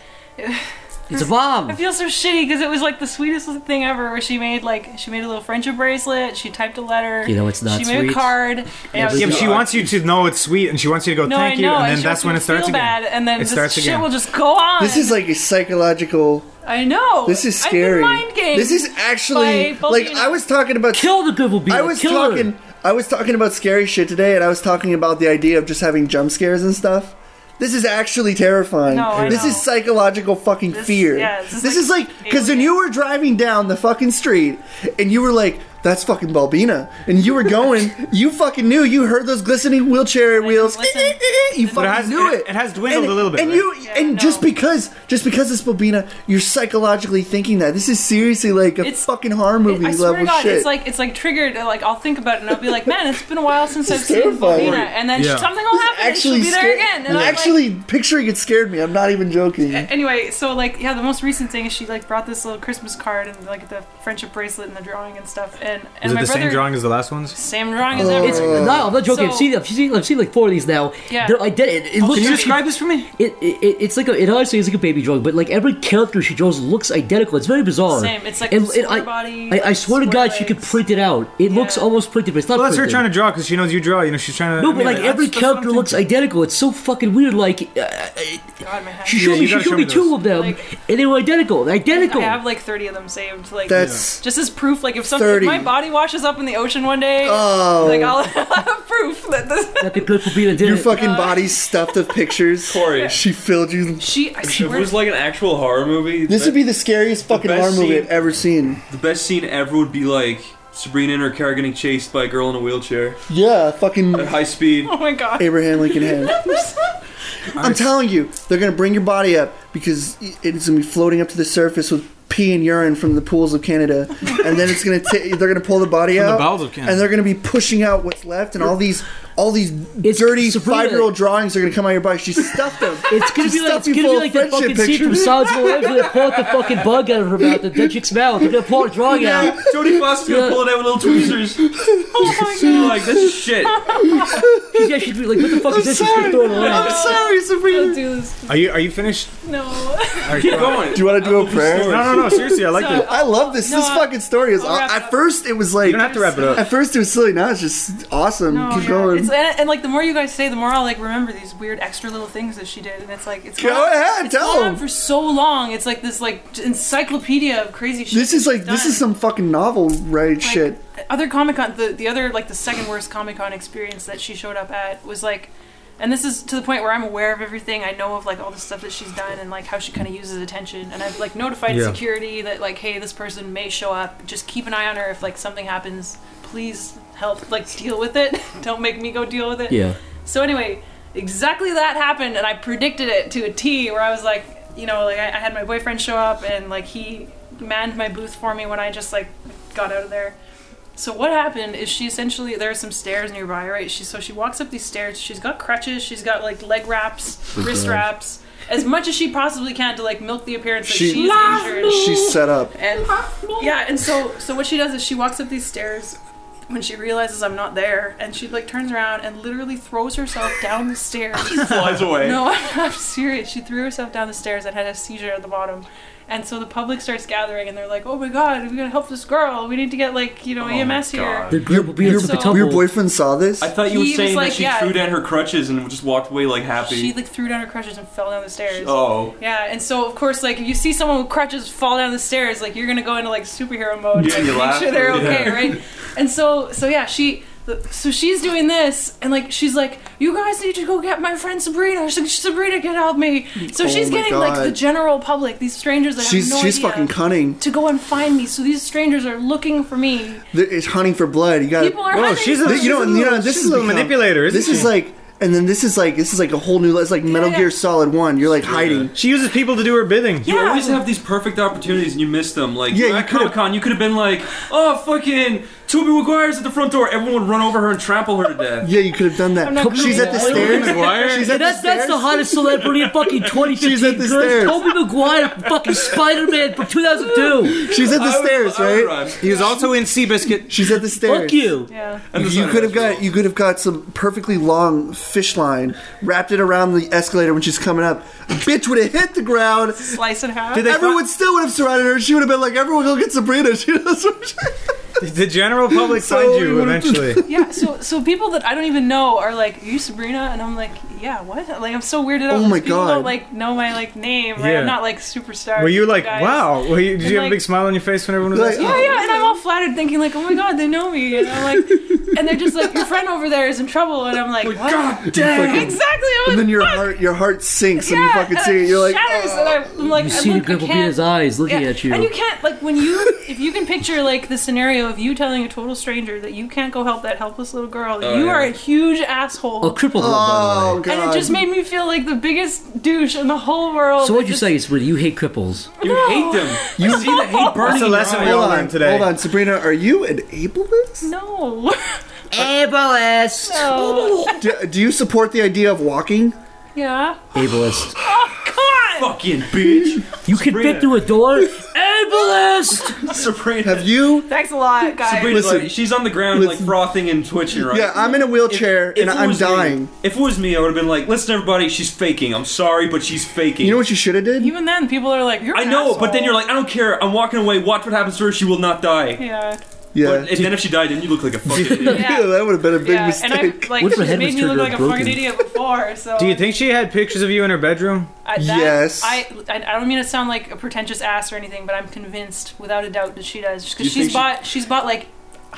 It's a bomb. I feel so shitty because it was like the sweetest little thing ever. Where she made like she made a little friendship bracelet. She typed a letter. You know, it's not She made sweet. a card. And I was Yeah, but just- she wants you to know it's sweet, and she wants you to go No, thank I know. you, and and then she wants that's when me it to starts feel again. Bad, and then It this starts shit again. will just go on. This is like a psychological. I know. This is I've been scary. mind gamed. This is actually by both like of you. I was talking about. Kill the good will be. I was Kill her. talking. I was talking about scary shit today, and I was talking about the idea of just having jump scares and stuff. This is actually terrifying. No, I this know. is psychological fucking This- fear. yeah, this is is like like because when alien. you were driving down the fucking street and you were like, "That's fucking Balbina," and you were going, you fucking knew. You heard those glistening wheelchair wheels. listen. you But fucking it has- knew it- it. it has dwindled And- a little bit, And right? you Yeah, and no. just because just because it's Balbina, you're psychologically thinking that this is seriously like a It's- fucking horror It- movie I level swear to God, shit. it's like it's like triggered. uh, Like I'll think about it and I'll be like, man, it's been a while since I've seen terrifying. Bobina, and then Yeah. something will happen. actually and she'll be there scared- again. And I'm like- Eh, actually picturing it scared me. I'm not even joking. anyway, so like yeah, the most recent thing is she like brought this little Christmas card and like the friendship bracelet and the drawing and stuff. And and Is it my the brother same drawing as the last ones? same drawing Uh, as ever. It's no, I'm not joking. I've So- seen, I've seen, I've seen like four of these now. Yeah. they're identical. It, it looks. Can you describe this for me? It, it, it- it's like a, it honestly is like a baby drawing, but like every character she draws looks identical. It's very bizarre. Same. It's like square I, body, I, I swear to square God, she could legs. print it out. It looks almost printed, but it's not. Well, that's her printed. trying to draw because she knows you draw. You know, she's trying to. No, I but mean, like that's- every that's what character I'm looks thinking. identical. It's so fucking weird. Like uh, God, my hat. she showed you me, she gotta showed show me me two those. of them, Like- and they were identical. Identical. I have like 30 of them saved. Like That's- just as proof. Like if something, 30. if my body washes up in the ocean one day, Oh. like I'll have proof that this. that the good for being did Your eh, it. fucking uh, body's stuffed with pictures. Corey. She filled you. She, I If it swear, was like an actual horror movie, This would be the scariest fucking best horror movie scene- I've ever seen. the best scene ever. Would be like Sabrina and her car getting chased by a girl in a wheelchair Yeah, fucking at high speed. oh my god. Abraham Lincoln Hand. I'm telling you, they're gonna bring your body up because it's gonna be floating up to the surface with pee and urine from the pools of Canada, and then it's gonna t- they're gonna pull the body the out, bowels of Canada. and they're gonna be pushing out what's left, and all these all these It's dirty Sabrina. five year old drawings are gonna come out of your body. She stuffed them. It's gonna She be like it's stuffed you gonna full be of like that fucking friendship scene from pictures. Silence of the Lambs where they pull out the fucking bug out of her mouth, the dead chick's mouth. They're gonna pull a drawing out. Jodie Foster's Yeah. gonna pull it out with little tweezers. Oh my god. You're like, this is shit. She's actually gonna be like, what the fuck is this? She's gonna throw it away. I'm sorry, Sabrina. Don't do this. Are you are you finished? No. Keep going. Do you want to do a No, prayer? no, no. Seriously, I like it. I love this. No, this I- fucking story is. I'll Aw- wrap it at up. first, it was like. You don't have to wrap it up. At first, it was silly. Now it's just awesome. No, Keep Oh, yeah. going. It's, and, and like the more you guys say, the more I'll like remember these weird extra little things that she did, and it's like it's Go gone- ahead, it's tell gone 'em. on for so long. It's like this like encyclopedia of crazy shit. this is that like she's this is done. some fucking novel right Like, shit. Other Comic Con, the the other like the second worst Comic Con experience that she showed up at was like. And this is to the point where I'm aware of everything. I know of like all the stuff that she's done and like how she kind of uses attention. And I've like notified Yeah. security that like, hey, this person may show up. Just keep an eye on her. If like something happens, please help like deal with it. Don't make me go deal with it. Yeah. So anyway, exactly that happened, and I predicted it to a T. Where I was like, you know, like I, I had my boyfriend show up, and like he manned my booth for me when I just like got out of there. So what happened is she essentially there are some stairs nearby, right? She so she walks up these stairs. She's got crutches. She's got like leg wraps, wrist wraps, as much as she possibly can to like milk the appearance that She- she's injured. She's set up. And yeah, and so so what she does is she walks up these stairs when she realizes I'm not there, and she like turns around and literally throws herself down the stairs. Flies away. No, I'm serious. She threw herself down the stairs and had a seizure at the bottom. And so the public starts gathering, and they're like, "Oh my God, we gotta help this girl. We need to get like you know Oh my EMS here." God. The good will be Your, the so- tumble. your boyfriend saw this. I thought you were He was saying like, that she yeah. threw down her crutches and just walked away like happy. She like threw down her crutches and fell down the stairs. oh. Yeah, and so of course, like if you see someone with crutches fall down the stairs, like you're gonna go into like superhero mode, Yeah, like, you make laugh. sure they're Yeah. okay, right? And so, so yeah, she, so she's doing this, and like she's like, "You guys need to go get my friend Sabrina. She's like, Sabrina can help me." So Oh she's my getting like the God. general public, these strangers that she's have no she's idea fucking cunning. to go and find me. So these strangers are looking for me. Th- It's hunting for blood. You got. People are Oh, hunting. she's a Th- you know, she's a and you know, little- this she's is a little become- manipulator. Isn't This is she? like, and then this is like, this is like a whole new. It's like Metal Yeah. Gear Solid One. You're like hiding. she uses people to do her bidding. You always have these perfect opportunities and you miss them. Like you Yeah, you at could've- Comic Con, you could have been like, "Oh, fucking Toby McGuire's at the front door. Everyone would run over her and trample her to death. Yeah, you could have done I'm not that. She's at the doing that. stairs. McGuire? She's at that's, the that's stairs. the hottest celebrity in fucking 2015. She's at the Girl, stairs. Tobey Maguire, fucking Spider Man from 2002. She's at the I would- stairs, I would right? run. He was also in Seabiscuit. She's at the stairs. Fuck you. Yeah. And the You sun could have was got you could have got some perfectly long fish line, wrapped it around the escalator when she's coming up. Bitch would have hit the ground. Slice in half. Did they- Everyone still would have surrounded her. She would have been like, "Everyone go get Sabrina." She knows what she- The general public So find he you would've- eventually. yeah, so so people that I don't even know are like, "Are you Sabrina?" And I'm like, "Yeah, what?" Like I'm so weirded out. Oh that my people God. Don't like know my like name. Right? Yeah. I'm not like superstar. Were you like, guys. wow? Were you, did And you have a like- big smile on your face when everyone was Like, like, Yeah, yeah, and I'm all flattered, thinking like, "Oh my God, they know me," and I'm like, and they're just like, "Your friend over there is in trouble," and I'm like, "What?" God damn! Exactly. I'm "Oh, And like, then your "Fuck." heart your heart sinks and Yeah, you fucking and see it it. You're like, "Oh." shatters, and I'm, I'm like, You I see the look, I Gripple can't- Peter's eyes looking Yeah, at you. And you can't like when you if you can picture like the scenario of you telling a total stranger that you can't go help that helpless little girl, you Oh, yeah. are a huge asshole. a cripple girl, by the oh way. god. And it just made me feel like the biggest douche in the whole world. Oh. So what It you're just- saying is, really, you hate cripples. You hate them. You see the hate burning. in That's a your lesson we eyes. all hold on learned today. Hold on, Sabrina, are you an ableist? No. Ableist. no. Do, do you support the idea of walking? yeah. Ableist. Oh God. Fucking bitch. You can Sabrina. fit through a door. Ableist. Sabrina. Have you? Thanks a lot, guys. Sabrina's Listen. like, she's on the ground Listen. like frothing and twitching right Yeah, I'm in a wheelchair If and it I'm was me- dying. if it was me, I would have been like, listen, everybody, she's faking. I'm sorry, but she's faking. You know what you should have did? Even then, people are like, "You're." I an know, but then asshole." you're like, I don't care. I'm walking away. Watch what happens to her. She will not die. Yeah. yeah. But and then if she died, then you look like a fucking idiot. Yeah. Yeah, that would have been a big yeah. mistake. And I like What if her she's head made was me look turned like a around fucking broken? idiot before. So Do you think she had pictures of you in her bedroom? I, that, Yes. I, I I don't mean to sound like a pretentious ass or anything, but I'm convinced, without a doubt, that she does. You Because she's think she- bought she's bought like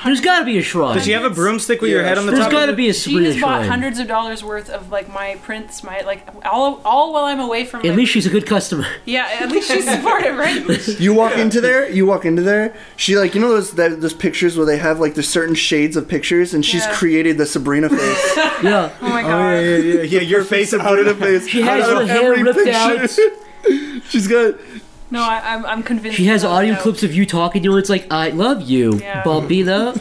There's got to be a shrine. Does she have a broomstick with your Yeah. head on the There's top? got of to it? be a she Sabrina has bought shrine. hundreds of dollars worth of like my prints, my like all all while I'm away from. At my- least she's a good customer. yeah, at least she's supportive, right? You walk into there, you walk into there. She like you know those that, those pictures where they have like there's certain shades of pictures, and she's Yeah. created the Sabrina face Yeah. Oh my god. Oh, yeah, yeah, yeah, yeah. Your face out of the face. She has out her of hair every ripped picture. she's got No, I, I'm I'm convinced. She has without a audio doubt. clips of you talking to her. It's like, I love you, Yeah. Bambina.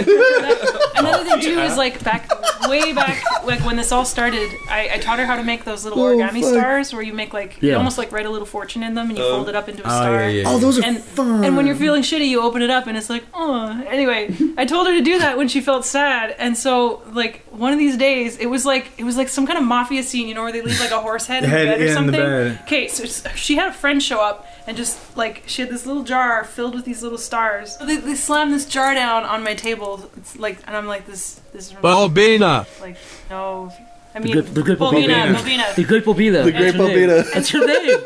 Another thing too is like back way back like when this all started, I, I taught her how to make those little Oh, origami fuck. stars where you make like you Yeah. almost like write a little fortune in them and you fold it up into a Oh, star. yeah, yeah. oh those are and fun. and when you're feeling shitty, you open it up and it's like, oh. Anyway, I told her to do that when she felt sad, and so like one of these days, it was like it was like some kind of mafia scene, you know, where they leave like a horse head in the Head bed or in the something. bed. Okay, so s- she had a friend show up and just like she had this little jar filled with these little stars. They, they slammed this jar down on my table, it's like, and I'm like, this this is Balbina. like no. I The mean, good, the good Bobina, Bambina. The Bobina. good Bambina. The great That's her name. Bambina. That's her name.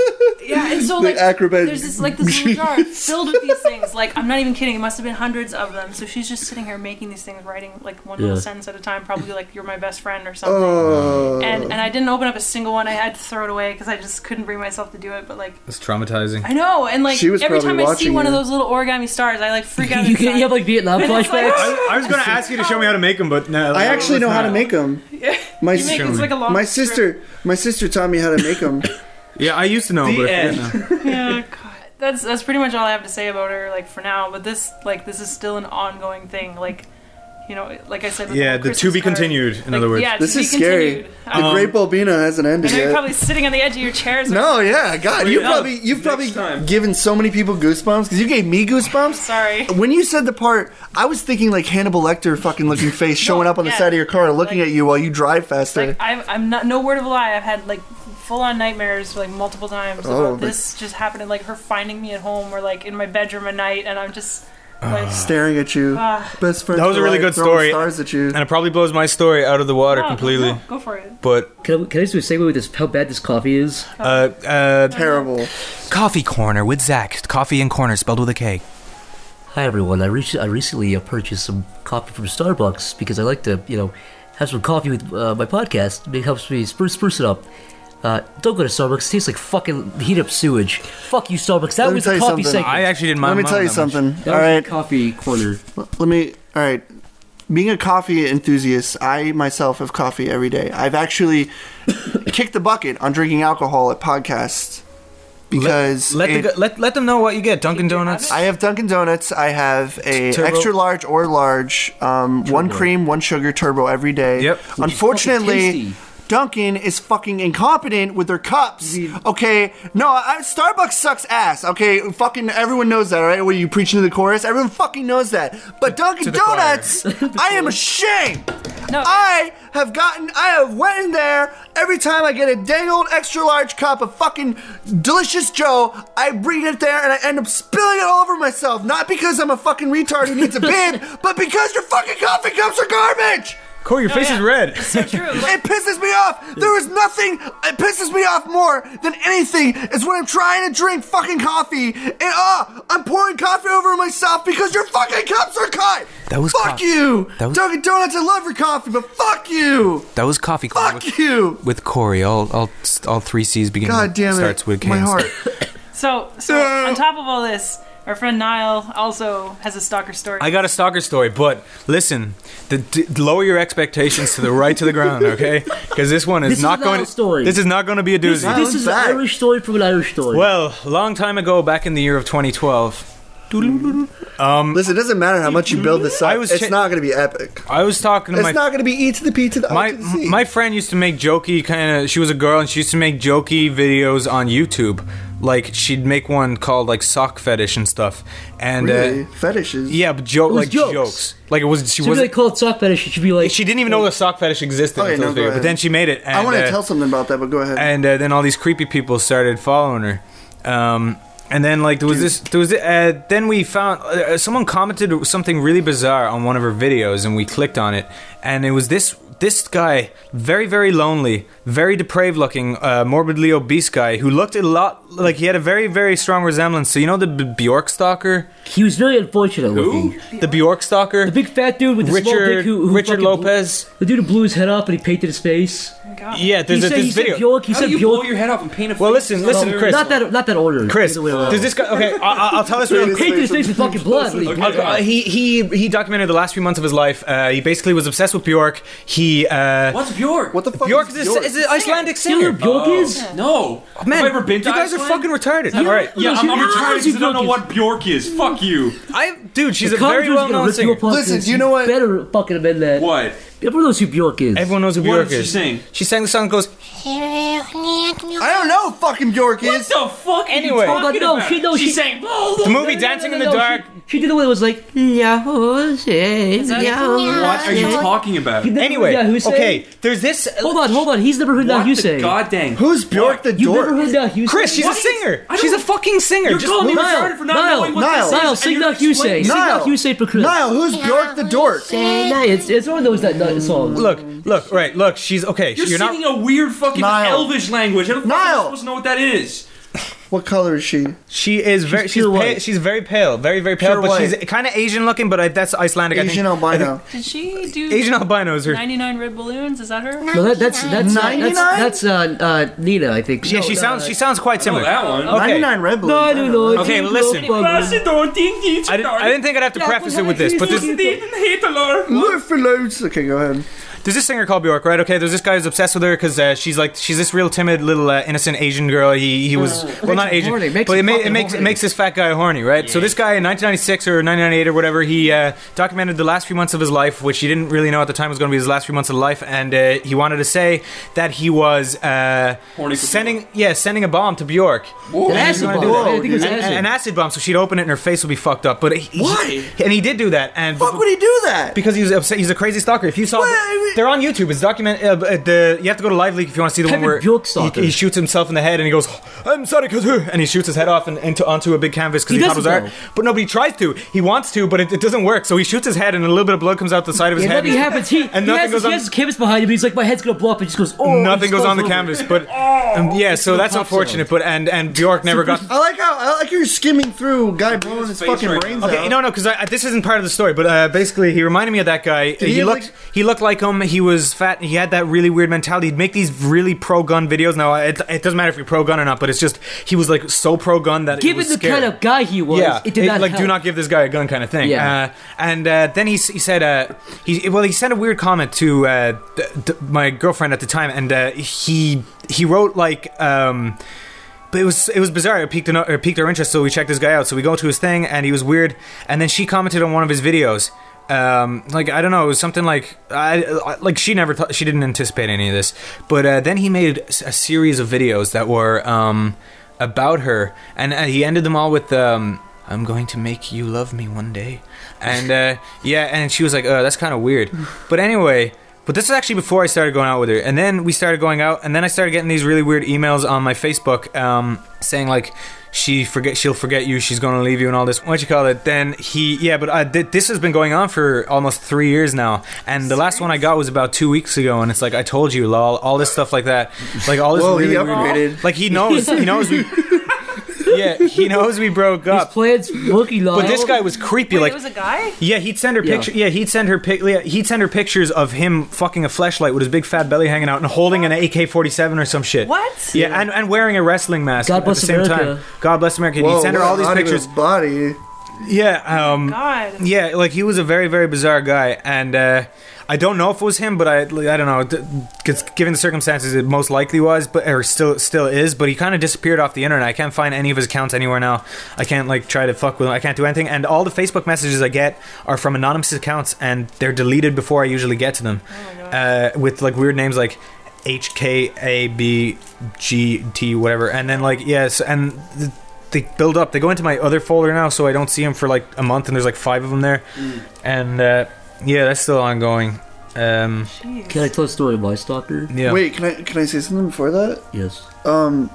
Yeah, and so the like, acrobat. there's this like this little jar filled with these things. Like I'm not even kidding. It must have been hundreds of them. So she's just sitting here making these things, writing like one little Yeah. sentence at a time. Probably like you're my best friend or something. oh, and and I didn't open up a single one. I had to throw it away because I just couldn't bring myself to do it. But like It's traumatizing. I know, and like She was every time probably I see watching one of you. those little origami stars, I like freak out. You, inside. can, you have like Vietnam And it's like- flashbacks. I, I was going to ask you to show me how to make them, but no. I actually know how to make them. My You make- it's like a long my strip. sister my sister taught me how to make them. Yeah, I used to know, but I end. forget now. Yeah, "Oh, God. That's that's pretty much all I have to say about her, like for now. But this, like, this is still an ongoing thing. Like, you know, like I said. with Yeah, whole the to Christmas be card. continued, in Like, other words. yeah, to This be is scary. continued. The Um, great Bobina hasn't I ended know you're yet. probably sitting on the edge of your chairs. no, yeah, God, you Yeah. probably you've Next probably time. given so many people goosebumps because you gave me goosebumps. Sorry. When you said the part, I was thinking like Hannibal Lecter fucking looking face showing up on the yeah. side of your car looking Like- at you while you drive faster. Like, uh, I'm, I'm not. No word of a lie. I've had like full on nightmares like multiple times Oh, about but- this just happening. Like her finding me at home or like in my bedroom at night, and I'm just like. staring at you. Ah. Best friend. That was a really good story. Stars at you. And it probably blows my story out of the water "No, go- completely. Oh, no, go for it. But Can I, can I just do a segue with this? How bad this coffee is? uh, uh, Terrible. Coffee Corner with Zach. Coffee and corner spelled with a K. Hi everyone. I, reached, I recently uh, purchased some coffee from Starbucks because I like to, you know, have some coffee with uh, my podcast. It helps me spruce, spruce it up. Uh, don't go to Starbucks. It tastes like fucking heat up sewage. Fuck you, Starbucks. That Let me was tell the you coffee something. segment. I actually didn't Let mind. me mine tell you that much. something. That All was the right. coffee corner. Let me. All right. Being a coffee enthusiast, I myself have coffee every day. I've actually kicked the bucket on drinking alcohol at podcasts. because Let, the it- the, let, let them know what you get. Dunkin' Do you have Donuts. it? I have Dunkin' Donuts. I have a Turbo. extra large or large, um, one cream, one sugar turbo every day. Yep. Unfortunately, tasty. Dunkin' is fucking incompetent with their cups. Okay, no, I, Starbucks sucks ass. Okay, fucking everyone knows that, all right? What are you preaching to the chorus? Everyone fucking knows that. But Dunkin' the choir. Donuts, I am ashamed. No. I have gotten, I have went in there every time I get a dang old extra large cup of fucking delicious Joe. I bring it there and I end up spilling it all over myself. Not because I'm a fucking retard who needs a bib, but because your fucking coffee cups are garbage. Corey, your face yeah. is red. So true. Like, It pisses me off. There is nothing. It pisses me off more than anything is when I'm trying to drink fucking coffee and ah, I'm pouring coffee over myself because your fucking cups are cut. That was fuck coffee. you, That was- Dunkin' Donuts. I love your coffee, but fuck you. That was coffee corner Fuck with, you! with Corey. All, all, all three C's beginning. God damn it! starts with my K's. heart. so, so on top of all this, our friend Niall also has a stalker story. I got a stalker story, but listen, the, d- lower your expectations to the right to the ground, okay? Because this one is This is not an going. Al story. This is not going to be a doozy. not. This is an back. Irish story from an Irish story. Well, a long time ago, back in the year of 2012, Listen, it doesn't matter how much you build this up. I was it's cha- not going to be epic. I was talking to It's my not going to be E to the P to the my I to the C. my friend used to make jokey kind of. She was a girl, and she used to make jokey videos on YouTube. Like she'd make one called like sock fetish and stuff, and really uh, fetishes. yeah, but joke was like jokes. jokes. Like it was she should be was like called sock fetish. It should be like she didn't even know the sock fetish existed Okay, until no, this go video, but ahead. then she made it. And, I want to uh, tell something about that, but go ahead. and uh, then all these creepy people started following her. Um, and then like there was this, there was uh, then we found uh, someone commented something really bizarre on one of her videos, and we clicked on it, and it was this this guy, very very lonely, very depraved looking, uh, morbidly obese guy who looked a lot like he had a very very strong resemblance. So you know the B- Bjork stalker, he was very unfortunate looking. the Bjork stalker, The big fat dude with the small Richard dick who, who Richard fucking blew- Lopez. the dude who blew his head up and he painted his face. God. Yeah, there's he a, said, this he video. said Bjork. He How said do you Bjork. blow your head off and paint a Well, face listen, yourself? listen, Chris. Not that, not that order. Chris, Either way around. does this guy? Okay, I, I- I'll tell this real He quick. painted his face with fucking blood. Like, Uh, uh, he he he documented the last few months of his life. Uh, he basically was obsessed with Bjork. He uh, What's Bjork? what the fuck? Bjork is is, Bjork? a, is an Icelandic You know singer. who Bjork is? No. Oh, man, Have I ever been to you guys are Iceland? fucking retarded. All right, Yeah, I'm, I'm Yeah, retarded you because I don't know Bjork is. what Bjork is. Fuck you. I dude, she's The a very commentator's well gonna known rip you singer. apart Listen, since do you know what- Better fucking amend that. What? Everyone knows who Bjork is. Everyone knows who What Bjork did she is. sing? She sang the song that goes. I don't know. who Fucking Bjork What is. the fuck? are you Anyway. talking Oh, God, no, about? she- no, she, she- sang. The movie Dancing in the Dark. She, she did the one that was like, Yahoo, Is that- What are you talking about? Anyway, Yahoo okay, there's this. Hold on, hold on. He's never heard that What the Hussein. god dang? Who's Bjork the You've never dork? heard that Hussein? Chris, she's What a is- singer. I don't- She's a fucking singer. You're Just calling me Niall, retarded for not Niall, knowing what Niall. this is, Niall, and sing you're that explaining- Hussein. Sing Niall. that Hussein for Chris. Niall, who's Bjork the dork? Nah, it's, it's one of those that that song. Look, look, right, look. She's okay. You're, You're not. singing a weird fucking Niall. elvish language. I don't fucking Niall. supposed to know what that is. What color is she? She is very. She's pure pale, white. she's very pale, very very pale. Pure but she's white. kind of Asian looking, but I, that's Icelandic. I think- Asian I think, albino. Did she do Asian albino is her. 99 red balloons? Is that her? No, that, that's that's uh, 99? that's that's uh, uh, Nina, I think. Yeah, No, she no, sounds. no. She sounds quite I know similar. Oh, that one. Okay. Ninety-nine Red Balloons. No, I no, know no. that. Okay, no, listen. bugger. I didn't, I didn't think I'd have to Yeah, preface it but with this, but this, she's- Look for loads. Okay, go ahead. there's this singer called Bjork, right? Okay, there's this guy who's obsessed with her because uh, she's like she's this real timid little uh, innocent Asian girl. He he was well not him Asian, horny, Uh, makes but it, him ma- it fucking makes it horny. makes this fat guy horny, right? So this guy in 1996 or 1998 or whatever, he uh, documented the last few months of his life, which he didn't really know at the time was going to be his last few months of life, and uh, he wanted to say that he was uh, Horny for sending yeah sending a bomb to Bjork. An acid bomb. Whoa, I think it was An- acid. an acid bomb, so she'd open it and her face would be fucked up. But he, Why? he- and he did do that. And Fuck would he do that? because he's upset. He's a crazy stalker. If you saw, Well, I mean- they're on YouTube. It's document. Uh, uh, the you have to go to Live Leak if you want to see the Type in one where Bjork he, stalker. he shoots himself in the head and he goes, "I'm sorry, cause her," and he shoots his head off and, into onto a big canvas because He he, thought it was doesn't, art. though. But nobody tries to. He wants to, but it, it doesn't work. So he shoots his head and a little bit of blood comes out the side of his And head. nothing happens. He, and he nothing has, goes he on. has his canvas behind him. He's like, my head's gonna blow up. It just goes. Oh, Nothing it goes just on the over. canvas, but um, yeah. So that's pops unfortunate. out. But and and Bjork never got I like how I like how you're skimming through guy blowing his face fucking right brains now. Okay, out. no, no, because this isn't part of the story, but uh, basically he reminded me of that guy. He, he have, looked, like- he looked like him. He was fat. and He had that really weird mentality. He'd make these really pro gun videos. Now it, it doesn't matter if you're pro gun or not, but it's just he was like so pro gun that it Given was the scary. kind of guy he was, yeah, it did not like do help. not give this guy a gun kind of thing. Yeah. Uh, and uh, then he, s- he said, uh, he well he sent a weird comment to uh, th- th- my girlfriend at the time, and uh, he he wrote like. Um, But it was it was bizarre. It piqued an, or piqued our interest, so we checked this guy out. So we go to his thing, and he was weird. And then she commented on one of his videos. Um, like I don't know, it was something like I I- like she never thought she didn't anticipate any of this. But uh, then he made s- a series of videos that were um, about her, and uh, he ended them all with. Um, I'm going to make you love me one day, and uh, yeah, and she was like, "Uh, that's kind of weird," but anyway, but this is actually before I started going out with her, and then we started going out, and then I started getting these really weird emails on my Facebook, um, saying like, "She forget, she'll forget you, she's gonna leave you, and all this." What you call it? Then he, yeah, but I, th- this has been going on for almost three years now, and the last one I got was about two weeks ago, and it's like I told you, lol, all this stuff like that, like all this Whoa, really he weird- upgraded. like he knows, he knows we, yeah, he knows we broke His up. plans looking like. But this guy was creepy. Wait, like it was a guy? yeah, he'd send her Yeah. picture. Yeah, he'd send her pic. Yeah, he'd send her pictures of him fucking a flashlight with his big fat belly hanging out and holding an AK-47 or some shit. What? Yeah, and, and wearing a wrestling mask God at bless the same America. time. God bless America. And Whoa, he'd send her what a all these hot of pictures. his body. Yeah, um, God. yeah, like he was a very very bizarre guy, and uh, I don't know if it was him, but I I don't know because given the circumstances, it most likely was, but or still still is. But he kind of disappeared off the internet. I can't find any of his accounts anywhere now. I can't like try to fuck with him. I can't do anything. And all the Facebook messages I get are from anonymous accounts, and they're deleted before I usually get to them, uh, with like weird names like. H K A B G T whatever, and then like yes, and th- they build up. They go into my other folder now, so I don't see them for like a month, and there's like five of them there, and uh, yeah, that's still ongoing. Um, Can I tell a story of my stalker? yeah, Wait, can I can I say something before that? Yes. Um,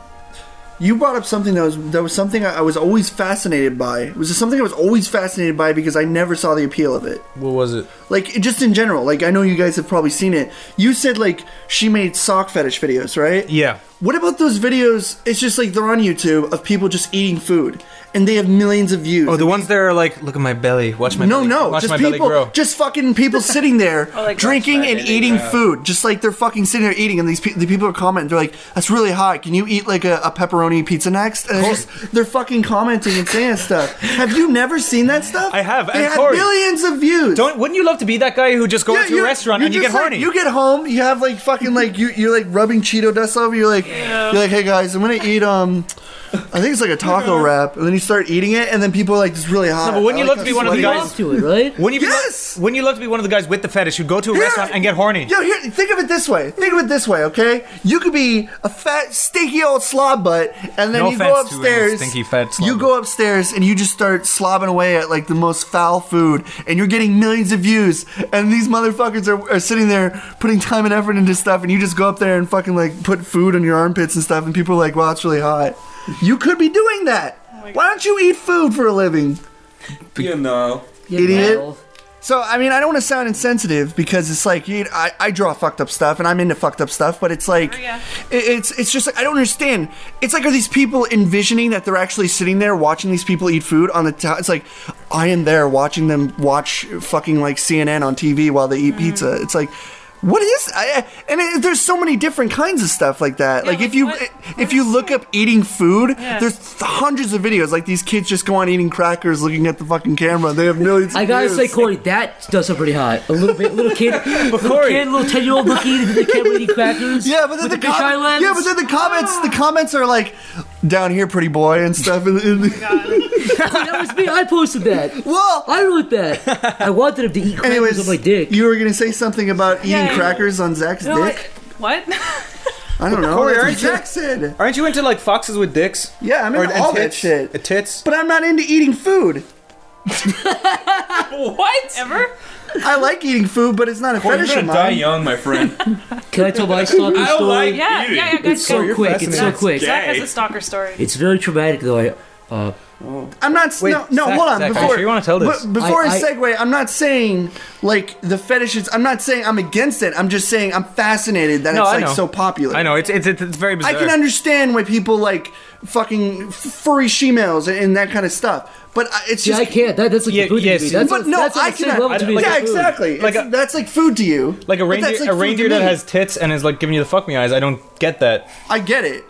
you brought up something that was that was something I, I was always fascinated by. It was just something I was always fascinated by because I never saw the appeal of it. what was it? Like it- just in general. Like I know you guys have probably seen it. You said like she made sock fetish videos, right? Yeah, What about those videos? It's just like they're on YouTube of people just eating food, and they have millions of views. oh, the ones that are like, look at my belly, watch my no, belly- no, watch just my belly grow. people, just fucking people sitting there like, drinking that's and right, eating yeah. food, just like they're fucking sitting there eating, and these pe- the people are commenting. They're like, "That's really hot. Can you eat like a, a pepperoni pizza next?" And it's just, they're fucking commenting and saying stuff. Have you never seen that stuff? I have, They and had Corey- millions of views. Don't wouldn't you love to be that guy who just goes Yeah, to a you're- restaurant you're and you get just, horny? Like, you get home, you have like fucking like you you're like rubbing Cheeto dust off. You're like you're like, hey guys, I'm gonna eat um, I think it's like a taco wrap, and then you start eating it, and then people are like, this is really hot. but wouldn't I you love like to how be one of the sweaty guys- it is." Off to it, right? wouldn't you be Yes! Lo- wouldn't you love to be one of the guys with the fetish who go to a restaurant and get horny? Yo, here, think of it this way. Think of it this way, okay? You could be a fat, stinky old slob butt, and then No you go offense to any upstairs. stinky fat slob you butt. go upstairs and you just start slobbing away at like the most foul food, and you're getting millions of views, and these motherfuckers are, are sitting there putting time and effort into stuff, and you just go up there and fucking like put food on your armpits and stuff, and people are like, wow, it's really hot. You could be doing that. Why don't you eat food for a living? You know. Idiot. Well, So I mean, I don't want to sound insensitive because it's like you, I, I draw fucked up stuff and I'm into fucked up stuff, but it's like Sure, Oh, yeah. it- it's it's just like I don't understand. It's like are these people envisioning that they're actually sitting there watching these people eat food on the top? It's like I am there watching them watch fucking like CNN on TV while they eat Mm-hmm. pizza. It's like. What is I, I- and it, there's so many different kinds of stuff like that. like like if you what- if you look up eating food, Yeah. there's hundreds of videos like these kids just go on eating crackers, looking at the fucking camera. They have millions. of I gotta views. say, Corey, that does sound pretty hot. A little bit, little kid, little Corey- kid, little ten-year-old looking into the camera eating crackers. Yeah, but then with the the, fisheye com- lens. yeah, but then the comments the comments are like down here, pretty boy, and stuff. And, and- that was me. I posted that. well, I wrote that. I wanted him to eat crackers anyways, on my dick. you were gonna say something about eating Yeah, yeah. crackers on Zach's No, I- dick. what? I, don't know. Corey, That's what aren't you- Zach said. Aren't you into like foxes with dicks? Yeah, I'm into and all that tits? shit. Uh, Tits. But I'm not into eating food. what? Ever? I like eating food, but it's not a Boy, you're fetish gonna of die mine. young, my friend. Can I tell my stalker I don't story? like Yeah, yeah, eating. yeah, guys. it's so guys. quick. It's so fascinating. quick. Zach has Gay. a stalker story. It's very traumatic, though. I uh, I'm not. no, no. Zach, hold on. Zach, are you before sure you wanna tell this? but before I, I- I- segue, I'm not saying like the fetishes. I'm not saying I'm against it. I'm just saying I'm fascinated that No, it's I like know. so popular. I know it's it's, it's very bizarre. I can understand why people like fucking furry shemales and, and that kind of stuff, but I- it's yeah, just. I can't. That, that's like Yeah, food yeah, to me. see- That's, but no, that's on I the same cannot. level to me. as yeah, food. exactly. Like It's- a- that's like food to you. like a but reindeer, that's, like, a food to reindeer that me. has tits and is like giving you the fuck me eyes. I don't get that. I get it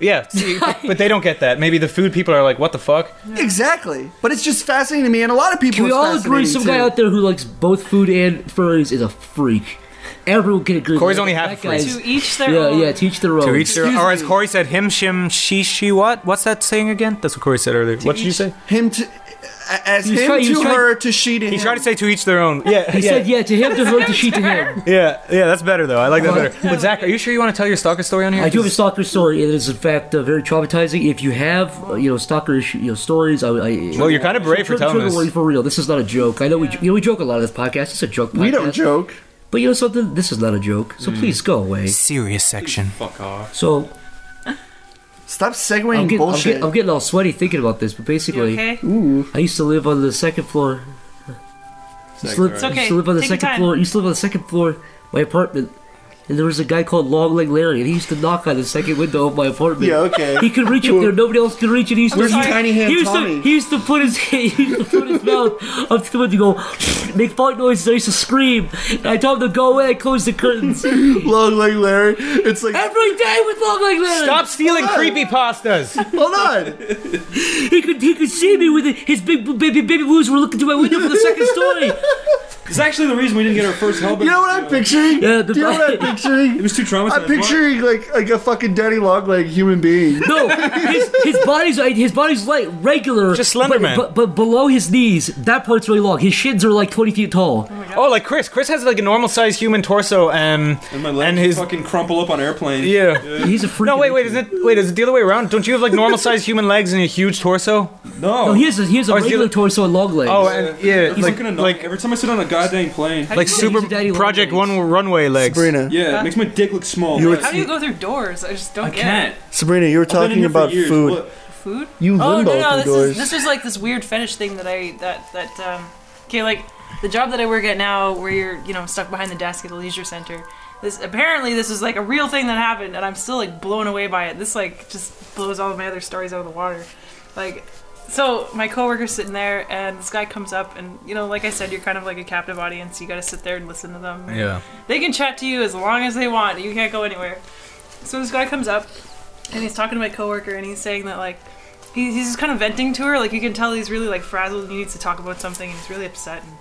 Yeah, see, but, but they don't get that. Maybe the food people are like, "What the fuck?" Oh, exactly, but it's just fascinating to me, and a lot of people. Can we it's all agree fascinating some too. guy out there who likes both food and furries is a freak? everyone can agree. Corey's that only that half guy's- To each their yeah, own. yeah, to each their own. To each their, Excuse or as me. Corey said, him, shim, she, she, what? What's that saying again? That's what Corey said earlier. What did you each- say? Him to as He's him trying- to he's trying- her to she to him. He tried to say to each their own. Yeah, He yeah, said, yeah, to him, to her, to she, to him. yeah, yeah. That's better though. I like that better. But Zach, are you sure you want to tell your stalker story on here? I do have a stalker story, and it is in fact uh, very traumatizing. If you have, uh, you know, stalker issue, you know, stories, I, I Well, you're kind of brave for Trigger- telling trigger warning this. for real. This is not a joke. I know we, you know, we joke a lot on this podcast. It's a joke. Podcast. we don't joke. But you know something? This is not a joke. So please go away. Serious section. Fuck off. So Stop segueing I'm getting, I'm, bullshit. getting, I'm getting all sweaty thinking about this, but You basically, okay? I used to live on the second floor. Used to live- It's okay. used to live on the Take your second time. floor. Used to live on the second floor, my apartment, and there was a guy called Long Leg Larry, and he used to knock on the second window of my apartment. Yeah, okay. He could reach up there. Nobody else could reach it. He used Where's to, Tiny Hand he used Tommy? To, he used to put his he used to put his mouth up to the window, and go make fart noises. I used to scream. And I told him to go away. I closed the curtains every Long leg Larry. It's like day with Long Leg Larry. Stop stealing creepy pastas. hold on. He could he could see me with his big b- baby baby boos were looking through my window from the second story. It's actually the reason we didn't get our first help. You know what I'm picturing? Yeah, the- Do you know what I'm It picturing? was too traumatizing. I'm picturing like like a fucking daddy long leg human being. No, his his body's his body's like regular, Just Slender but, Man. but but below his knees, that part's really long. His shins are like twenty feet tall. Oh, like Chris. Chris has like a normal sized human torso and And my legs and his fucking crumple up on airplanes. yeah. He's a freak. No, of wait, wait. nature. Is it wait? Is it the other way around? Don't you have like normal sized human legs and a huge torso? No. No, he has a, he has a Or is he regular like- torso and long legs. Oh, and yeah, It's like like, like every time I sit on a goddamn plane. like Yeah, super he's a daddy long Project legs. One runway legs. Sabrina, Yeah, it makes my dick look small. You were- How do you go through doors? I just don't I get can't. it. Sabrina, you were I've been in talking here for about years. food. Look, Food? You Oh limbo no, no, through this doors. is this was like this weird fetish thing that I that that um okay like the job that I work at now where you're you know stuck behind the desk at the leisure center. This apparently this is like a real thing that happened and I'm still like blown away by it. This like just blows all of my other stories out of the water. Like so my coworker's sitting there and this guy comes up and you know like I said you're kind of like a captive audience. You got to sit there and listen to them. Yeah. They can chat to you as long as they want. You can't go anywhere. So this guy comes up and he's talking to my coworker and he's saying that like he, he's just kind of venting to her. Like you can tell he's really like frazzled and he needs to talk about something and he's really upset. And,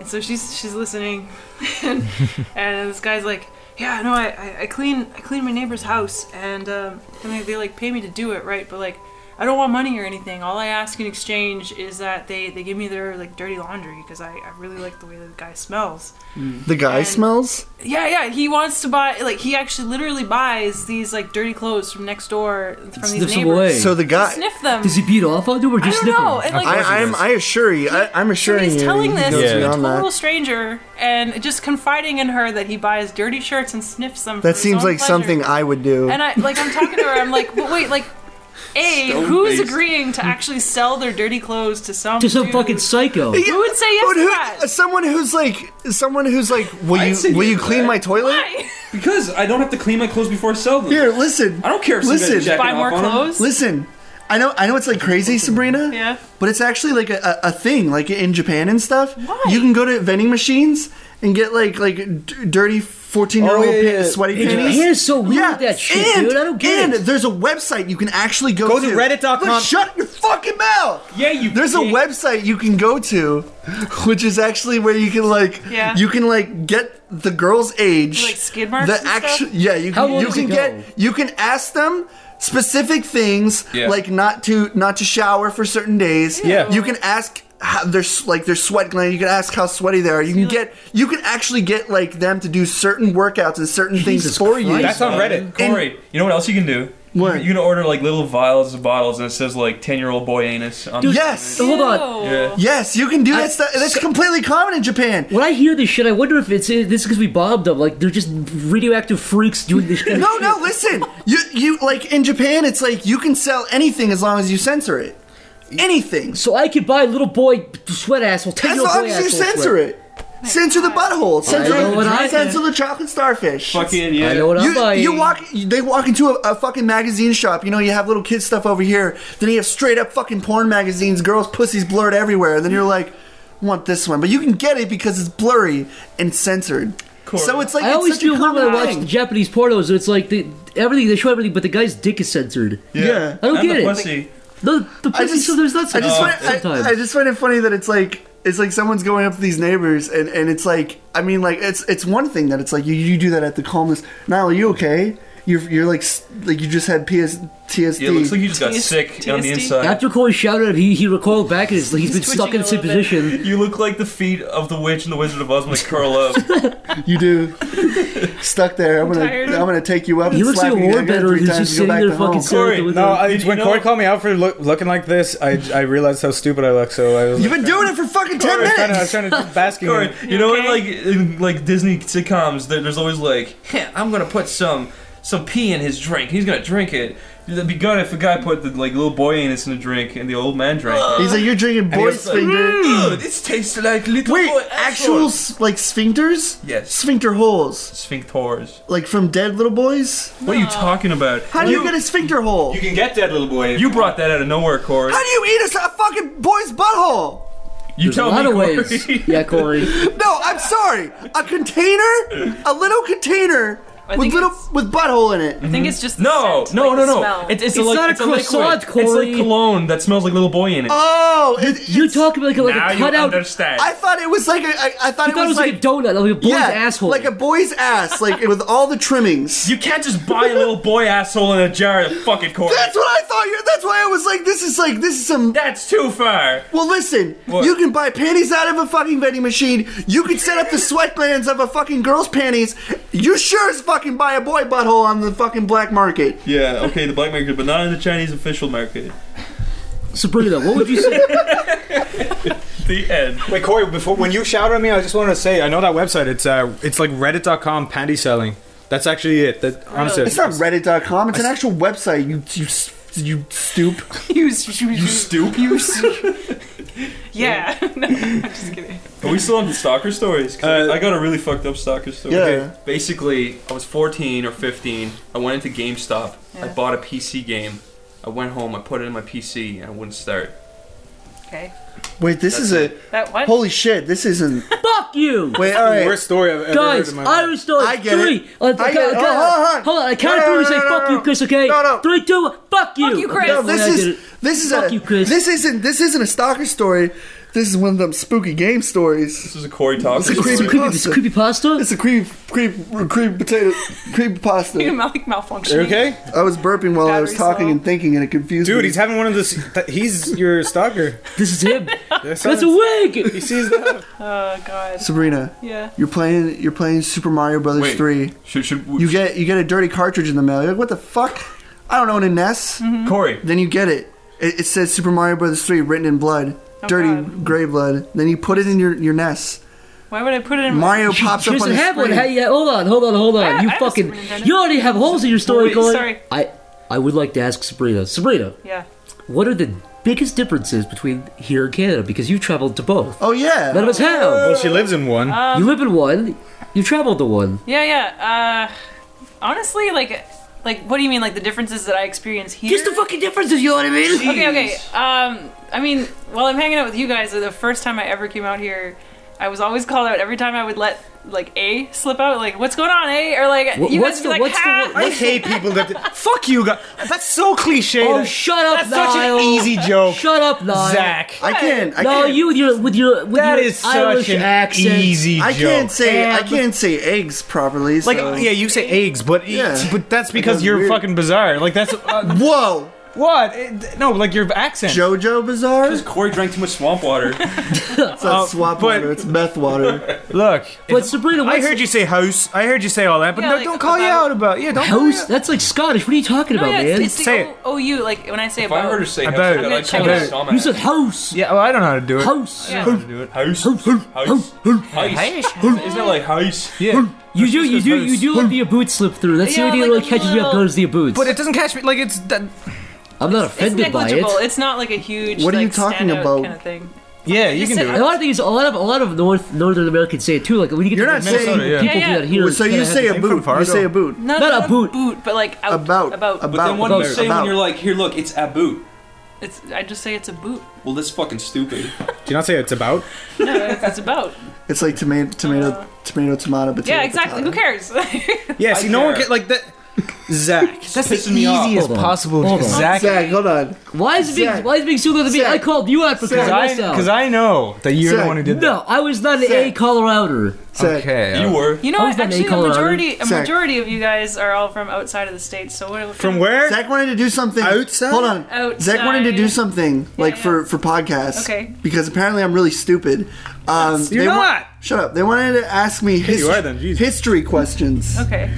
and so she's she's listening, and, and this guy's like, yeah, no, I, I, I clean I clean my neighbor's house and um, and they, they like pay me to do it, right? But like. I don't want money or anything. All I ask in exchange is that they, they give me their like dirty laundry because I, I really like the way that the guy smells. The guy And- smells. Yeah, yeah. He wants to buy like he actually literally buys these like dirty clothes from next door from Sniffs these them neighbors. away. So the guy. To sniff them. Does he beat off on them or I just don't sniff know. them? And, like, I, I'm, I assure you, I, I'm so assuring he's you. telling this goes Yeah. to a beyond total that. stranger and just confiding in her that he buys dirty shirts and sniffs them. for That his seems own like pleasure. something I would do. And I like I'm talking to her. I'm like, but wait, like, a who's agreeing to actually sell their dirty clothes to some To some dude? fucking psycho. Yeah, Who would say yes but to who- that? Someone who's like, someone who's like, will I'd say you will yes you to clean that. my toilet? Why? Because I don't have to clean my clothes before I sell them. Here, listen. I don't care if some listen, guy's jacking Buy more off on them. clothes? listen. I know, I know, it's like crazy, Sabrina. Yeah. But it's actually like a, a, a thing, like in Japan and stuff. Why? You can go to vending machines and get like like d- dirty fourteen year old Oh, yeah, yeah. sweaty Hey, panties. Japan is so weird with that shit, and, dude. I don't get and it. there's a website you can actually go, Go to reddit.com. Look, Shut your fucking mouth. Yeah, you. There's a dick. website you can go to, which is actually where you can like, Yeah. you can like get the girl's age, Like skid marks the and actu- stuff? yeah, you How can old you does can it get go? you can ask them specific things Yeah. like not to not to shower for certain days. Yeah. you can ask. How their s- like their sweat gland. You can ask how sweaty they are. You can get you can actually get like them to do certain workouts and certain things Jesus for you. Christ. That's on Reddit. Corey, you know what else you can do? Uh, What? You can order like little vials of bottles and it says like ten year old boy anus on the yes, Hold on. Ew. Yeah. yes, you can do that stuff. That's completely common in Japan. When I hear this shit, I wonder if it's uh, this is because we bombed them. Like they're just radioactive freaks doing this shit. No, no, listen. You you like in Japan it's like you can sell anything as long as you censor it. Anything. So I could buy little boy sweat asshole. Ten As year old long boy as you asshole censor sweat. it. Censor the butthole. Censor, know what I censor the chocolate starfish. Fucking yeah. I know what I'm You, buying. you walk. They walk into a, a fucking magazine shop. You know, you have little kid stuff over here. Then you have straight up fucking porn magazines. Girls' pussies blurred everywhere. And then you're like, I want this one, but you can get it because it's blurry and censored. So it's like I it's always such a feel weird when I common watch thing. the Japanese pornos. It's like the, everything they show everything, but the guy's dick is censored. yeah. I don't And get the it. pussy. No, the I pussy just, sometimes not I, just censored find, I, Oh, sometimes. I just find it funny that it's like it's like someone's going up to these neighbors and, and it's like I mean like it's it's one thing that it's like you, you do that at the calmest. Niall, are you okay? You're you're like s- like you just had PS TSD. Yeah, it looks like you just got TSD. sick on the inside. After Corey shouted, he he recoiled back and he's, he's been He's stuck in the same twitching a little position. You look like the feet of the witch in the Wizard of Oz when they curl up. you do stuck there. I'm, gonna tired. I'm gonna take you up. He and looks slap like a you down warbetter three who's times just and sitting go back there to fucking home. staring at the Corey, window. No, I, Did you when know- Corey called me out for look, looking like this, I, I realized how stupid I looked. So I was. You've like, been doing it for fucking ten I was trying to, I minutes. was trying to bask in Corey, it. you know, in like in like Disney sitcoms, there- there's always like, "Heh, I'm gonna put some some pee in his drink. He's gonna drink it. It'd be good if a guy put the like little boy anus in a drink and the old man drank it. He's like you're drinking he boy's was like, finger. Mm. "Ugh, this tastes like little Wait, Mm. boy actual asshole." s- like sphincters? Yes. Sphincter holes, sphinctors. like from dead little boys. What are you talking about? How do you, get a sphincter hole? You can get that little boy. You brought that out of nowhere, Corey. How do you eat a, s- a fucking boy's butthole? You There's a tell lot me, of Corey. ways. Yeah, Corey. No, I'm sorry. A container, a little container I with think little it's- with butthole in it. I think it's just the No, scent, no, like no, the no, smell. It- it's It's like, not a it's liquid. croissant, It's Corey. like cologne that smells like little boy in it. Oh, it, You're it's- talking about like a, like now a you cutout. understand. I thought it was like a. I, I thought I it thought it was like, a donut, like a boy's yeah, asshole. like a boy's ass, like with all the trimmings. you can't just buy a little boy asshole in a jar of fucking Corey. That's what I thought. You. That's why I was like, this is like this is some. That's too far. Well, listen. What? You can buy panties out of a fucking vending machine. You can set up the sweatbands of a fucking girl's panties. You sure as fucking buy a boy butthole on the fucking black market. Yeah, okay, the black market, but not in the Chinese official market. Sabrina, what would you say? The end. Wait, Corey, before when you shouted at me, I just wanted to say I know that website. It's uh, it's like Reddit.com panty selling. That's actually it. That honestly, It's not Reddit.com. It's an actual website. You you s- you stoop. You, you, you stoop. You, s- yeah. No, I'm just kidding. Are we still on the stalker stories? 'Cause Uh, I got a really fucked up stalker story. Yeah. Okay, Basically, I was 14 or 15. I went into GameStop. I Yeah. bought a PC game. I went home. I put it in my PC and it wouldn't start. Okay. Wait, this is a That what? holy shit. This isn't. Fuck you! Wait, all the right. worst story I've ever heard Guys, in my life. Irish story. I get three. it. Uh, I uh, get uh, it. Oh, Hold on, hold on. Hold on, I count of No, three. no, We no, say no, fuck no. you, Chris. Okay. No, no. Three, two, one. Fuck you. you, Chris. No, Okay, this I get is it. this is Fuck a you, Chris. this isn't this isn't a stalker story. This is one of them spooky game stories. This is a Corey talker It's a story. It's creepy- creepy, it's pasta. creepy pasta. It's a creep creep creep potato creep You pasta. mal- like malfunctioning. You okay, I was burping while I was Battery talking cell. and thinking, and it confused me. dude. He's having one of those. Th- he's your stalker. This is him. That's That's a wig. He sees that. Oh god. Sabrina, Yeah. you're playing you're playing Super Mario Brothers Wait. three. Should, should, You get you get a dirty cartridge in the mail. You're like, what the fuck? I don't own a NES. Mm-hmm. Corey. Then you get it. it. It says Super Mario Brothers 3 written in blood. dirty Oh, God. gray blood. Then you put it in your, your nest. Why would I put it in my? Mario pops She up on doesn't the have one. screen. Hey, yeah, hold on, hold on, hold on. I- you I have a fucking. Sabrina Nintendo. You already have holes in your story, Wait, Corey. sorry. I, I would like to ask Sabrina. Sabrina, Yeah. what are the biggest differences between here and Canada? Because you've traveled to both. Oh yeah. None of us have. Well, she lives in one. Um, you live in one. You traveled to one. Yeah, yeah. Uh, honestly, like, like, what do you mean? Like the differences that I experience here? Just the fucking differences. You know what I mean? Okay, okay. Um, I mean, while I'm hanging out with you guys, the first time I ever came out here, I was always called out every time I would let like A slip out, like "What's going on, A?" or like Wh- you guys what's the- would be like, what's the- "Ha!" I hate people that. Fuck you, guys. That's so cliche. Oh, That- shut up, That's such Niall. an easy joke. Shut up, Niall. Zach. I can't. I No, can't. you with your with your with That your is such Irish an accent. easy I joke. can't say I Um, can't say eggs properly. Like, so- yeah, you say eggs, but Yeah. but that's because that's you're weird. fucking bizarre. Like that's uh, Whoa, what? It- no, like your accent. JoJo Bizarre. It's Corey drank too much swamp water. not swap uh, but- water. It's meth water. Look, But Sabrina, I what's heard you say house. I heard you say all that, but Yeah, no, like, don't call you about- out about. Yeah, don't. call me house? out. That's like Scottish. What are you talking No, about, oh, yeah, man? it's, it's Say the it. O- OU. Like when I say if I heard her about, say About- house, I'd Yeah, like check call it her out. some you ass. said house. Yeah, well, I don't know how to do it. House. Yeah. I don't know how to do it. House. House. House. House. House. Heist. Isn't it like heist? Yeah, You do, you Just do, goes you do let the boot slip through. That's Yeah, the idea like that a catches me off little- guards the boots. but it doesn't catch me. Like it's that. I'm not it's offended by it. negligible. It's not like a huge. What are you like, talking standout about? Kind of thing. Yeah, you just can said do A it. lot of things, a lot of a lot of North Northern Americans say it too. Like when you get You're to not Minnesota, saying. yeah. people Yeah, do yeah. that here. So it's you kinda say happening. a boot. You Fargo. say a boot. Not, Not a boot. boot, but like out, About about. about. But then what do you About. say About. when you're like, here, look, it's Abu? It's I just say it's a boot. Well, that's fucking stupid. Do you not say it's about? No, it's, it's about. It's like tomato, tomato, tomato, tomato, potato. Yeah, exactly. potato. Who cares? Yeah, I see, no one care. can like that. Zach. That's the pissing me off. easiest Hold on. possible. Hold on. Zach. Zach, hold on. Why is it being Zach. Why is it being so to me? I Zach. called you out for Zach. calling myself. Because I know that you're the Zach. one who did that. no, I was not an A Zach. Colorader. Zach. Okay. You were. You know I what? was gonna Actually, make a Colorado. majority a Zach. majority of you guys are all from outside of the states. So what? From where? Zach wanted to do something. Outside? Hold on. Zach wanted to do Outside. something like yeah. for for podcasts. Okay. Because apparently I'm really stupid. Um, You're they wa- not. shut up. They wanted to ask me his- you are then, Jesus. history questions. Okay.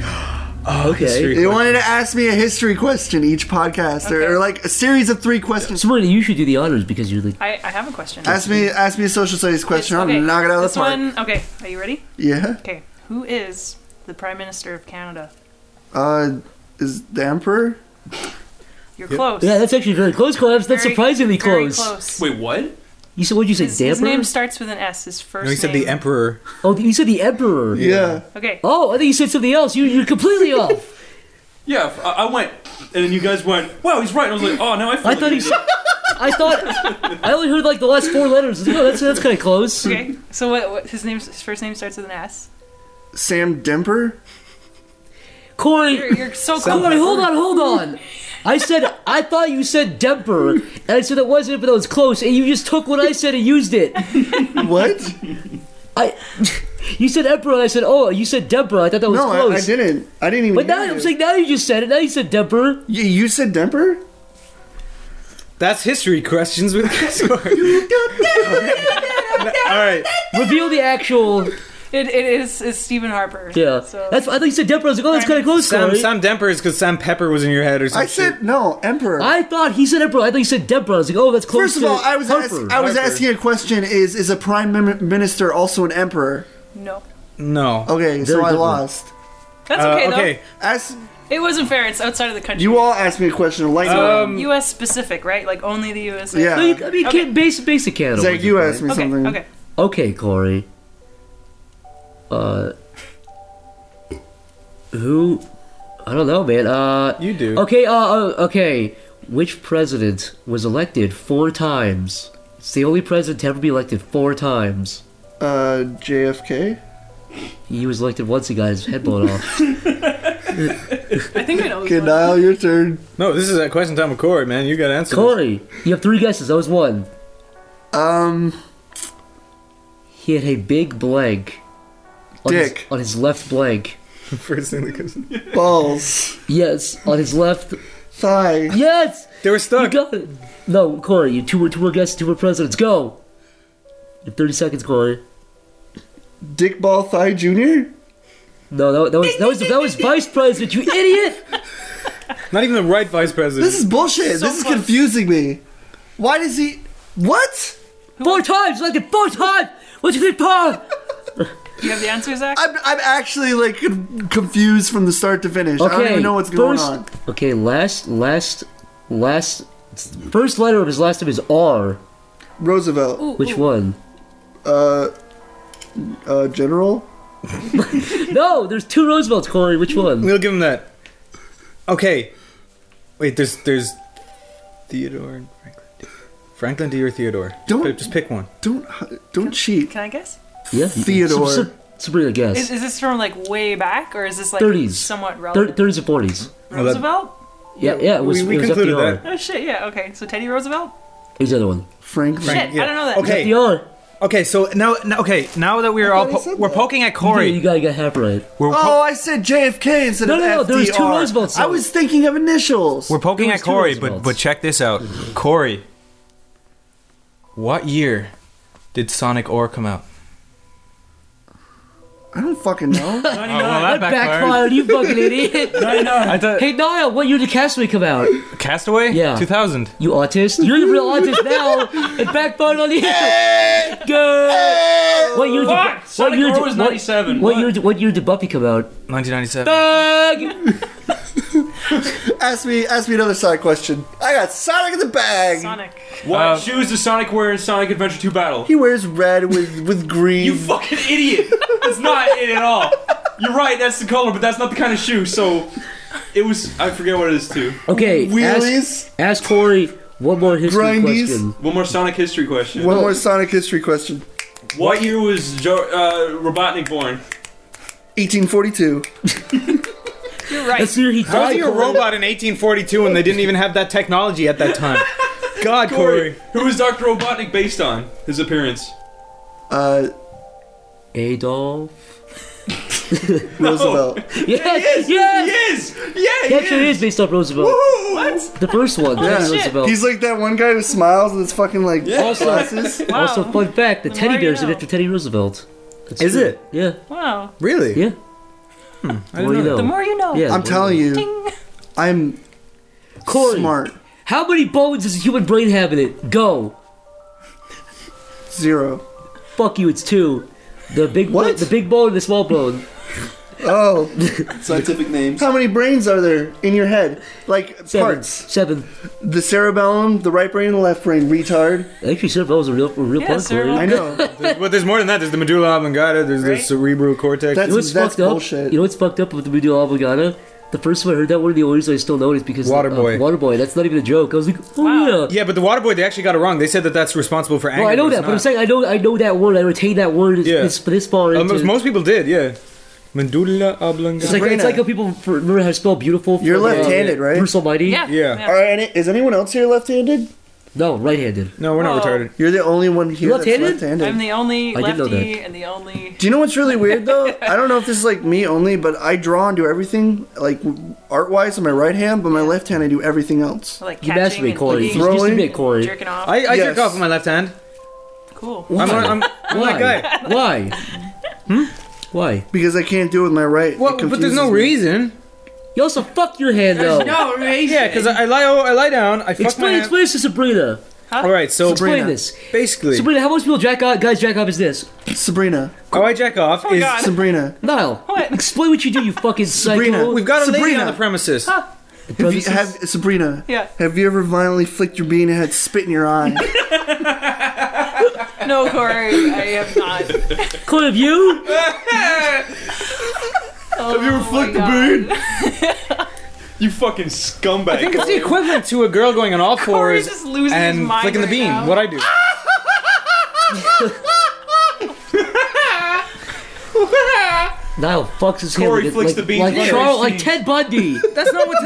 Oh, Okay. They wanted to ask me a history question each podcast, or- or, Okay. like a series of three questions. Sabrina, you should do the honors because you're the. I, I have a question. Ask me, ask me a social studies It's- question. okay, I'll knock it out of this the park. One, okay. Are you ready? Yeah. Okay. Who is the Prime Minister of Canada? Uh, is the emperor? You're close. Yeah, that's actually very close, Collapse. That's Very- surprisingly very close. Wait, what? You said, what did you His, say, his Damper? name starts with an S. His first. No, he said name. the emperor. oh, you said the Emperor. Yeah. Okay. Oh, I think you said something else. You, you're completely off. Yeah, f- I, I went, and then you guys went. Wow, he's right. And I was like, oh, now I. Feel I thought he said. I thought. I only heard like the last four letters. No, that's, that's kind of close. Okay. So what? what his name? His first name starts with an S. Sam Demper? Corey, You're, you're so hold on, close. hold on, hold on. I said, I thought you said Demper, and I said that wasn't, but that was close, and you just took what I said and used it. What? I. You said Emperor, and I said, oh, you said Demper. I thought that was no, I, close. I didn't. I didn't even. But hear now you. I'm saying, now you just said it. Now you said Demper. You, you said Demper? That's history questions with Casper. All right. Reveal the actual. It, it is is Stephen Harper. Yeah. So That's. I thought you said Demper. I was like, oh, that's kind of close, Sam, Corey. Sam Demper is because Sam Pepper was in your head or something. I said no, emperor. I thought he said Emperor. I thought he said Demper. I was like, oh, that's close. First of all, to I was ask, Harper. I was asking a question: Is is a prime min- minister also an emperor? no. No. Okay, so Very I different. lost. That's Uh, okay though. okay. Ask It wasn't fair. It's outside of the country. you all asked me a question. Like Um, U.S. specific, right? Like only the U.S. No, yeah, you, I mean, Okay. can't base basic Canada. Zach, was you it, asked me Okay. something. Okay. right? Okay, Corey. Uh, who? I don't know, man. Uh, You do. Okay. Uh, uh, okay. Which president was elected four times? It's the only president to ever be elected four times. Uh, JFK. He was elected once. He got his head blown off. I think I know. Okay, This one. Niall, your turn. No, this is at question time with Corey, man. You got to answer. this. Corey, you have three guesses. That was one. Um, He had a big blank. On Dick. His, on his left blank. First thing that comes. balls, Yes, on his left. thigh. Yes. They were You stuck. got it. No, Corey, you two were two were guests, two were presidents. Go. In thirty seconds, Corey. Dick Ball Thigh Jr. No, that, that was that was that was vice president. You idiot. Not even the right vice president. This is bullshit. So this is close. confusing me. Why does he? What? Four times, like four times. What's your power? Do you have the answer, Zach? I'm, I'm actually like con- confused from the start to finish. I don't even know what's going on. Okay, last last last first letter of his last name is R. Roosevelt, Which one? uh, uh, general. No, there's two Roosevelts, Corey. Which one? We'll give him that. Okay. Wait, there's there's Theodore and Franklin. Franklin D or Theodore. Don't- Just, just pick one. Don't don't cheat. Can I guess? Yeah, Theodore. Sa- Sa- Sabrina, guess. Is, is this from like way back, or is this like 30s. somewhat Thir- relevant? Thirties and forties. that- Roosevelt? Yeah, yeah. It was, we we it was concluded FDR. that. Oh shit! Yeah. Okay. So Teddy Roosevelt. Here's the other one. Frank. Shit, I don't know that. Okay. FDR. Okay, so now, now okay, now that we're all thought he po- said we're that. poking at You, Corey. you gotta get half right. We're, po- Oh, I said JFK instead No, of no, no, there was two FDR. Roosevelts, I though. was thinking of initials. we're poking There was at two Corey, but Roosevelts. but check this out. Corey. What year did Sonic Or come out? I don't fucking know. Oh, well, that Backfired, you fucking idiot. I thought hey, Niall, what year did Castaway come out? Castaway? Yeah. 2000. You autist? You're the real autist now. It backfired on you. Good. What year did Fuck! Sonic year Roar did- was what- 97. What, What? year? did- What year did Buffy come out? 1997. ask me, ask me another side question. I got Sonic in the bag. Sonic. What Uh, shoes does Sonic wear in Sonic Adventure 2 Battle? He wears red with with green. You fucking idiot! That's not it at all. You're right. That's the color, but that's not the kind of shoe. So it was. I forget what it is too. Okay. Ask, wheelies. ask Corey one more history Grindies. question. One more Sonic history question. What, One more Sonic history question. year was jo- uh, Robotnik born? 1842. You're right. That's the year he How was died. he a Corey. robot in 1842 when they didn't even have that technology at that time? God, Corey. Corey, who is Dr. Robotnik based on? His appearance. Uh, Adolf. Roosevelt. Yeah, yes, yes. is! Yeah, He actually is based off Roosevelt. What? The first one, Yeah. Teddy Roosevelt. He's like that one guy who smiles with his fucking like glasses. Wow. Also, fun fact: the, The teddy more you bears are know. named after Teddy Roosevelt. That's Is true. it? Yeah, Hmm. Wow. Really? yeah. What do you know? The more you know. yeah, I'm telling you, Ding. I'm Corey, smart. How many bones does a human brain have in it? Go. Zero. Fuck you. It's two. The big What? bone, the big bone and the small bone. Oh, Scientific names. how many brains are there in your head? Like Seven. parts. Seven. The cerebellum, the right brain, and the left brain. Retard. Actually, seven bones are real. Were real Yeah, part, sir. Corey. I know. Well, there's more than that. There's the medulla oblongata. There's the Right? cerebral cortex. You know what's That's, that's fucked up? bullshit. You know what's fucked up with the Medulla Oblongata? The first time I heard that, one of the only reasons I still know it is because Waterboy. Uh, Waterboy. That's not even a joke. I was like, oh Wow. yeah. yeah, but the water boy, they actually got it wrong. They said that that's responsible for anger. Well, I know it's that, but I'm not. saying I know I know that word. I retain that word. It's, Yeah. it's this far Uh, into. most- most people did, yeah. Medulla oblongata. it's like, it's Sabrina. like how people for, remember how to spell beautiful. For, You're uh, left-handed, right? Bruce Almighty. Yeah. Yeah. All right, any- is anyone else here left-handed? No, right-handed. no, we're not Whoa. retarded. You're the only one here that's left-handed? left-handed. I'm the only I did know lefty that. and the only. Do you know what's really weird though? I don't know if this is like me only, but I draw and do everything like art wise on my right hand, but my left hand I do everything else. Like You catching masturbate, and Corey. licking You used to Throwing. be a and Corey. Jerking off. I, I Yes. jerk off with my left hand. cool. Why? I'm, I'm, I'm Why? that guy. Why? hmm? Why? Because I can't do it with my right. It Well, but there's confuses no me. reason. You also fuck your hand though. Oh, No reason. Yeah, because I, I lie, I lie down. I fuck my explain, hand. explain this to Sabrina. All right, so Explain this. basically, Sabrina, how most people jack off, guys jack off is this? Sabrina, how I jack off Oh is God. Sabrina, Niall, What? explain what you do. You fucking psycho. Sabrina, we've got a lady Sabrina. on the premises. have you, have, Sabrina, Yeah. have you ever violently flicked your bean and had spit in your eye? No, Corey, I am not. Corey, have you? have you ever Oh flicked the You fucking scumbag. I think it's the equivalent to a girl going on all Corey's fours just losing his and mind flicking the right bean. now. What I do? Niall fucks his Corey hand. with it, flicks like, the bean. Like, Yeah. Charles, like Ted Bundy. That's not what.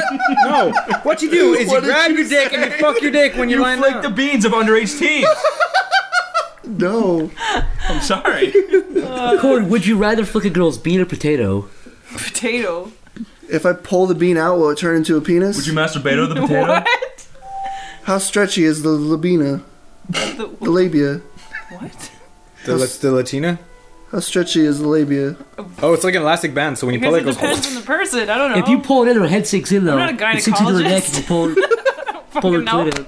no, what you do is you grab your dick and you fuck your dick when you're lying like the down. beans of underage teens. no, I'm sorry. Corey, would you rather flick a girl's bean or potato? potato? if I pull the bean out, will it turn into a penis? Would you masturbate on the potato? What? How stretchy is the labina, The, the labia? what? The, la- the Latina. How stretchy is the labia? Oh, it's like an elastic band. So when you Because pull it it, it goes. depends on the person. I don't know. If you pull it in, her head sinks in though. not a It sinks into her neck gynecologist. if you pull, pull her Fucking no.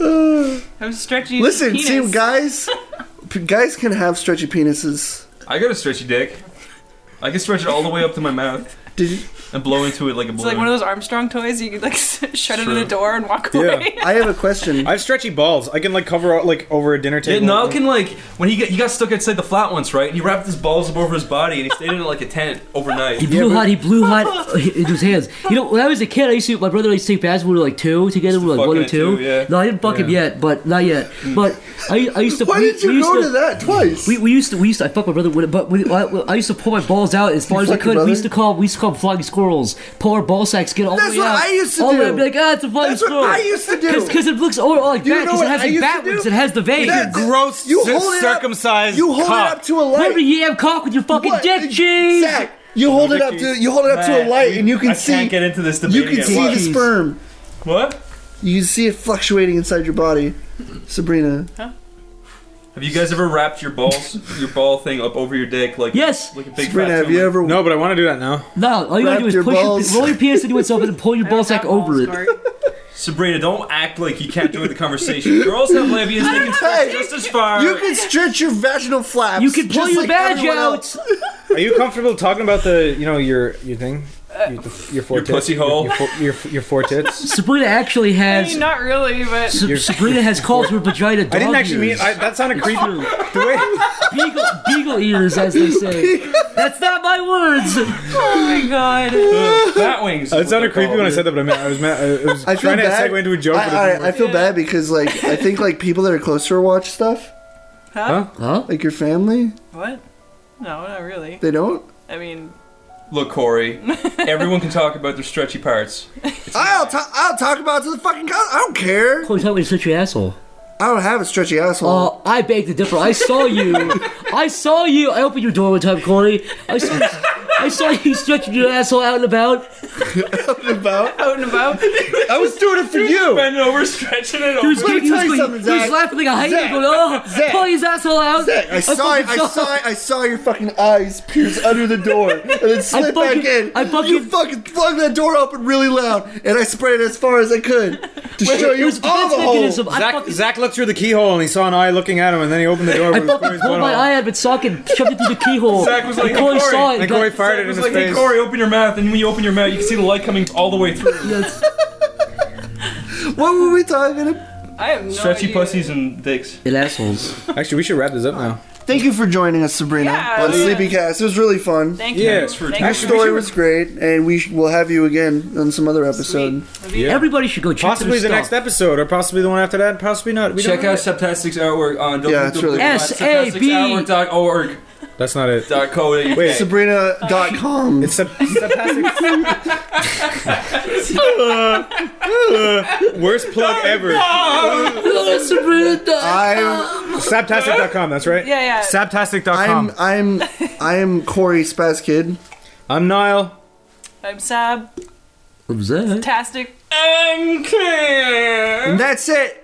clit out. I'm stretchy. Listen, penis. see, guys, p- guys can have stretchy penises. I got a stretchy dick. I can stretch it all the way up to my mouth Did you, and blow into it like a It's balloon. like one of those Armstrong toys you could like shut it in True. a door and walk Yeah. away. I have a question. I have stretchy balls. I can like cover all- like over a dinner yeah, table. Niall can like when he got he got stuck outside the flat once, right? And he wrapped his balls up over his body and he stayed in it like a tent overnight. He blew hot. He blew hot into his hands. You know, when I was a kid, I used to. My brother and I used to take baths. We were like two together. We were like fucking one or at two. two, yeah. No, I didn't fuck him yet, but not yet. But I, I used to. Mm. Why we, did we you used go to that twice? We, we used to we used to I fucked my brother with it, but we, I, I used to pull my balls out as far as I fuck your could. We brother? used to call we used to call them flying squirrels. Pull our ball sacks, get all That's the way what out. I used to all the way do. out, be like, ah, it's a flying That's what squirrel. I used to do. Because it looks all, all like You back, know because it what has I like used to backwards. do? It has the vein. That- gross, you cir- hold it up- circumcised You hold cock. it up to a Whatever light. you have cock with your fucking What? dick, jeez. Zach, you hold it up to you hold it up to a Man, light, we- and you can I see Can't get into this debate you can again. see What? the sperm. What? You can see it fluctuating inside your body, Sabrina. Have you guys ever wrapped your balls, your ball thing up over your dick like Yes. like a big Sabrina, fat have you tumor? ever? No, but I want to do that now. No, all you gotta Wrap do is your push balls. your, roll your penis into itself and pull your ball sack over it. Sabrina, don't act like you can't join the conversation. Girls have labias; they can stretch Hey, just as far. You can stretch your vaginal flaps. You can pull just your like badge everyone out. else. Are you comfortable talking about the you know your your thing? Your, the, your four Your tits, pussy hole. Your, four- your, your four tits. Sabrina actually I has. mean, not really, but Sa- Sabrina has called her vagina dog I didn't actually mean. ears. I, that sounded creepy. the way beagle, beagle ears, as they say. That's not my words. oh my god, Ugh, bat wings. it sounded creepy when I said that, but I meant I was meant I, I was I feel trying to bad. segue into a joke. but it I, didn't I, I work. feel bad because like I think like people that are close to her watch stuff, huh? Huh? like your family. What? No, not really. They don't. I mean, Look, Corey, everyone can talk about their stretchy parts. I'll ta- I'll talk about it to the fucking. co- I don't care. Chloe, tell me to stretch your asshole. I don't have a stretchy asshole. Uh, I beg to differ. I saw you. I saw you. I opened your door one time, Corey. I saw, I saw you stretching your asshole out and about. about. Out and about. I was doing it for you. Bending over, stretching it He was, over. Let me he was tell you going- something, he was Zach. laughing like a hyena, Zach. going, "Oh, Zach. pull his asshole out." I saw, it, fucking I saw, it, I saw your fucking eyes pierce under the door and then slip fucking- back in. I fucking- you fucking plugged that door open really loud, and I sprayed it as far as I could to show It you was all defense the holes. mechanism. I Zach, fucking, Zach looked through the keyhole and he saw an eye looking at him, and then he opened the door. I and it was fucking Corey's pulled my butthole. eye out of it socket, and shoved it through the keyhole. Zach was like, and Corey "Hey, Corey." saw it. And and Corey got- fired it It in was his like, hey, face. Corey, open your mouth. And when you open your mouth, you can see the light coming all the way through. What were we talking about? I have no Stretchy idea. pussies and dicks. And assholes. Actually, we should wrap this up now. Thank you for joining us, Sabrina, Yeah, on yeah. Sleepycast. It was really fun. Thank you. Yeah, Thanks for- Thank Your you. story was great, and we sh- will have you again on some other episode. Sweet. Yeah. Everybody should go check Possibly the their next stuff. episode, or possibly the one after that, possibly not. We Check don't out know. Septastic's artwork on Yeah, it's really- www.septasticsartwork.org. That's not it. dot co dot uk. Wait. Sabrina.com. It's sub- subtastic. Worst plug ever. I'm Saptastic.com, that's right? Yeah, yeah. Saptastic.com. I'm I'm, I'm I am Corey Spaz Kid. I'm Niall. I'm Sab. Who's that? Fantastic. And that's it.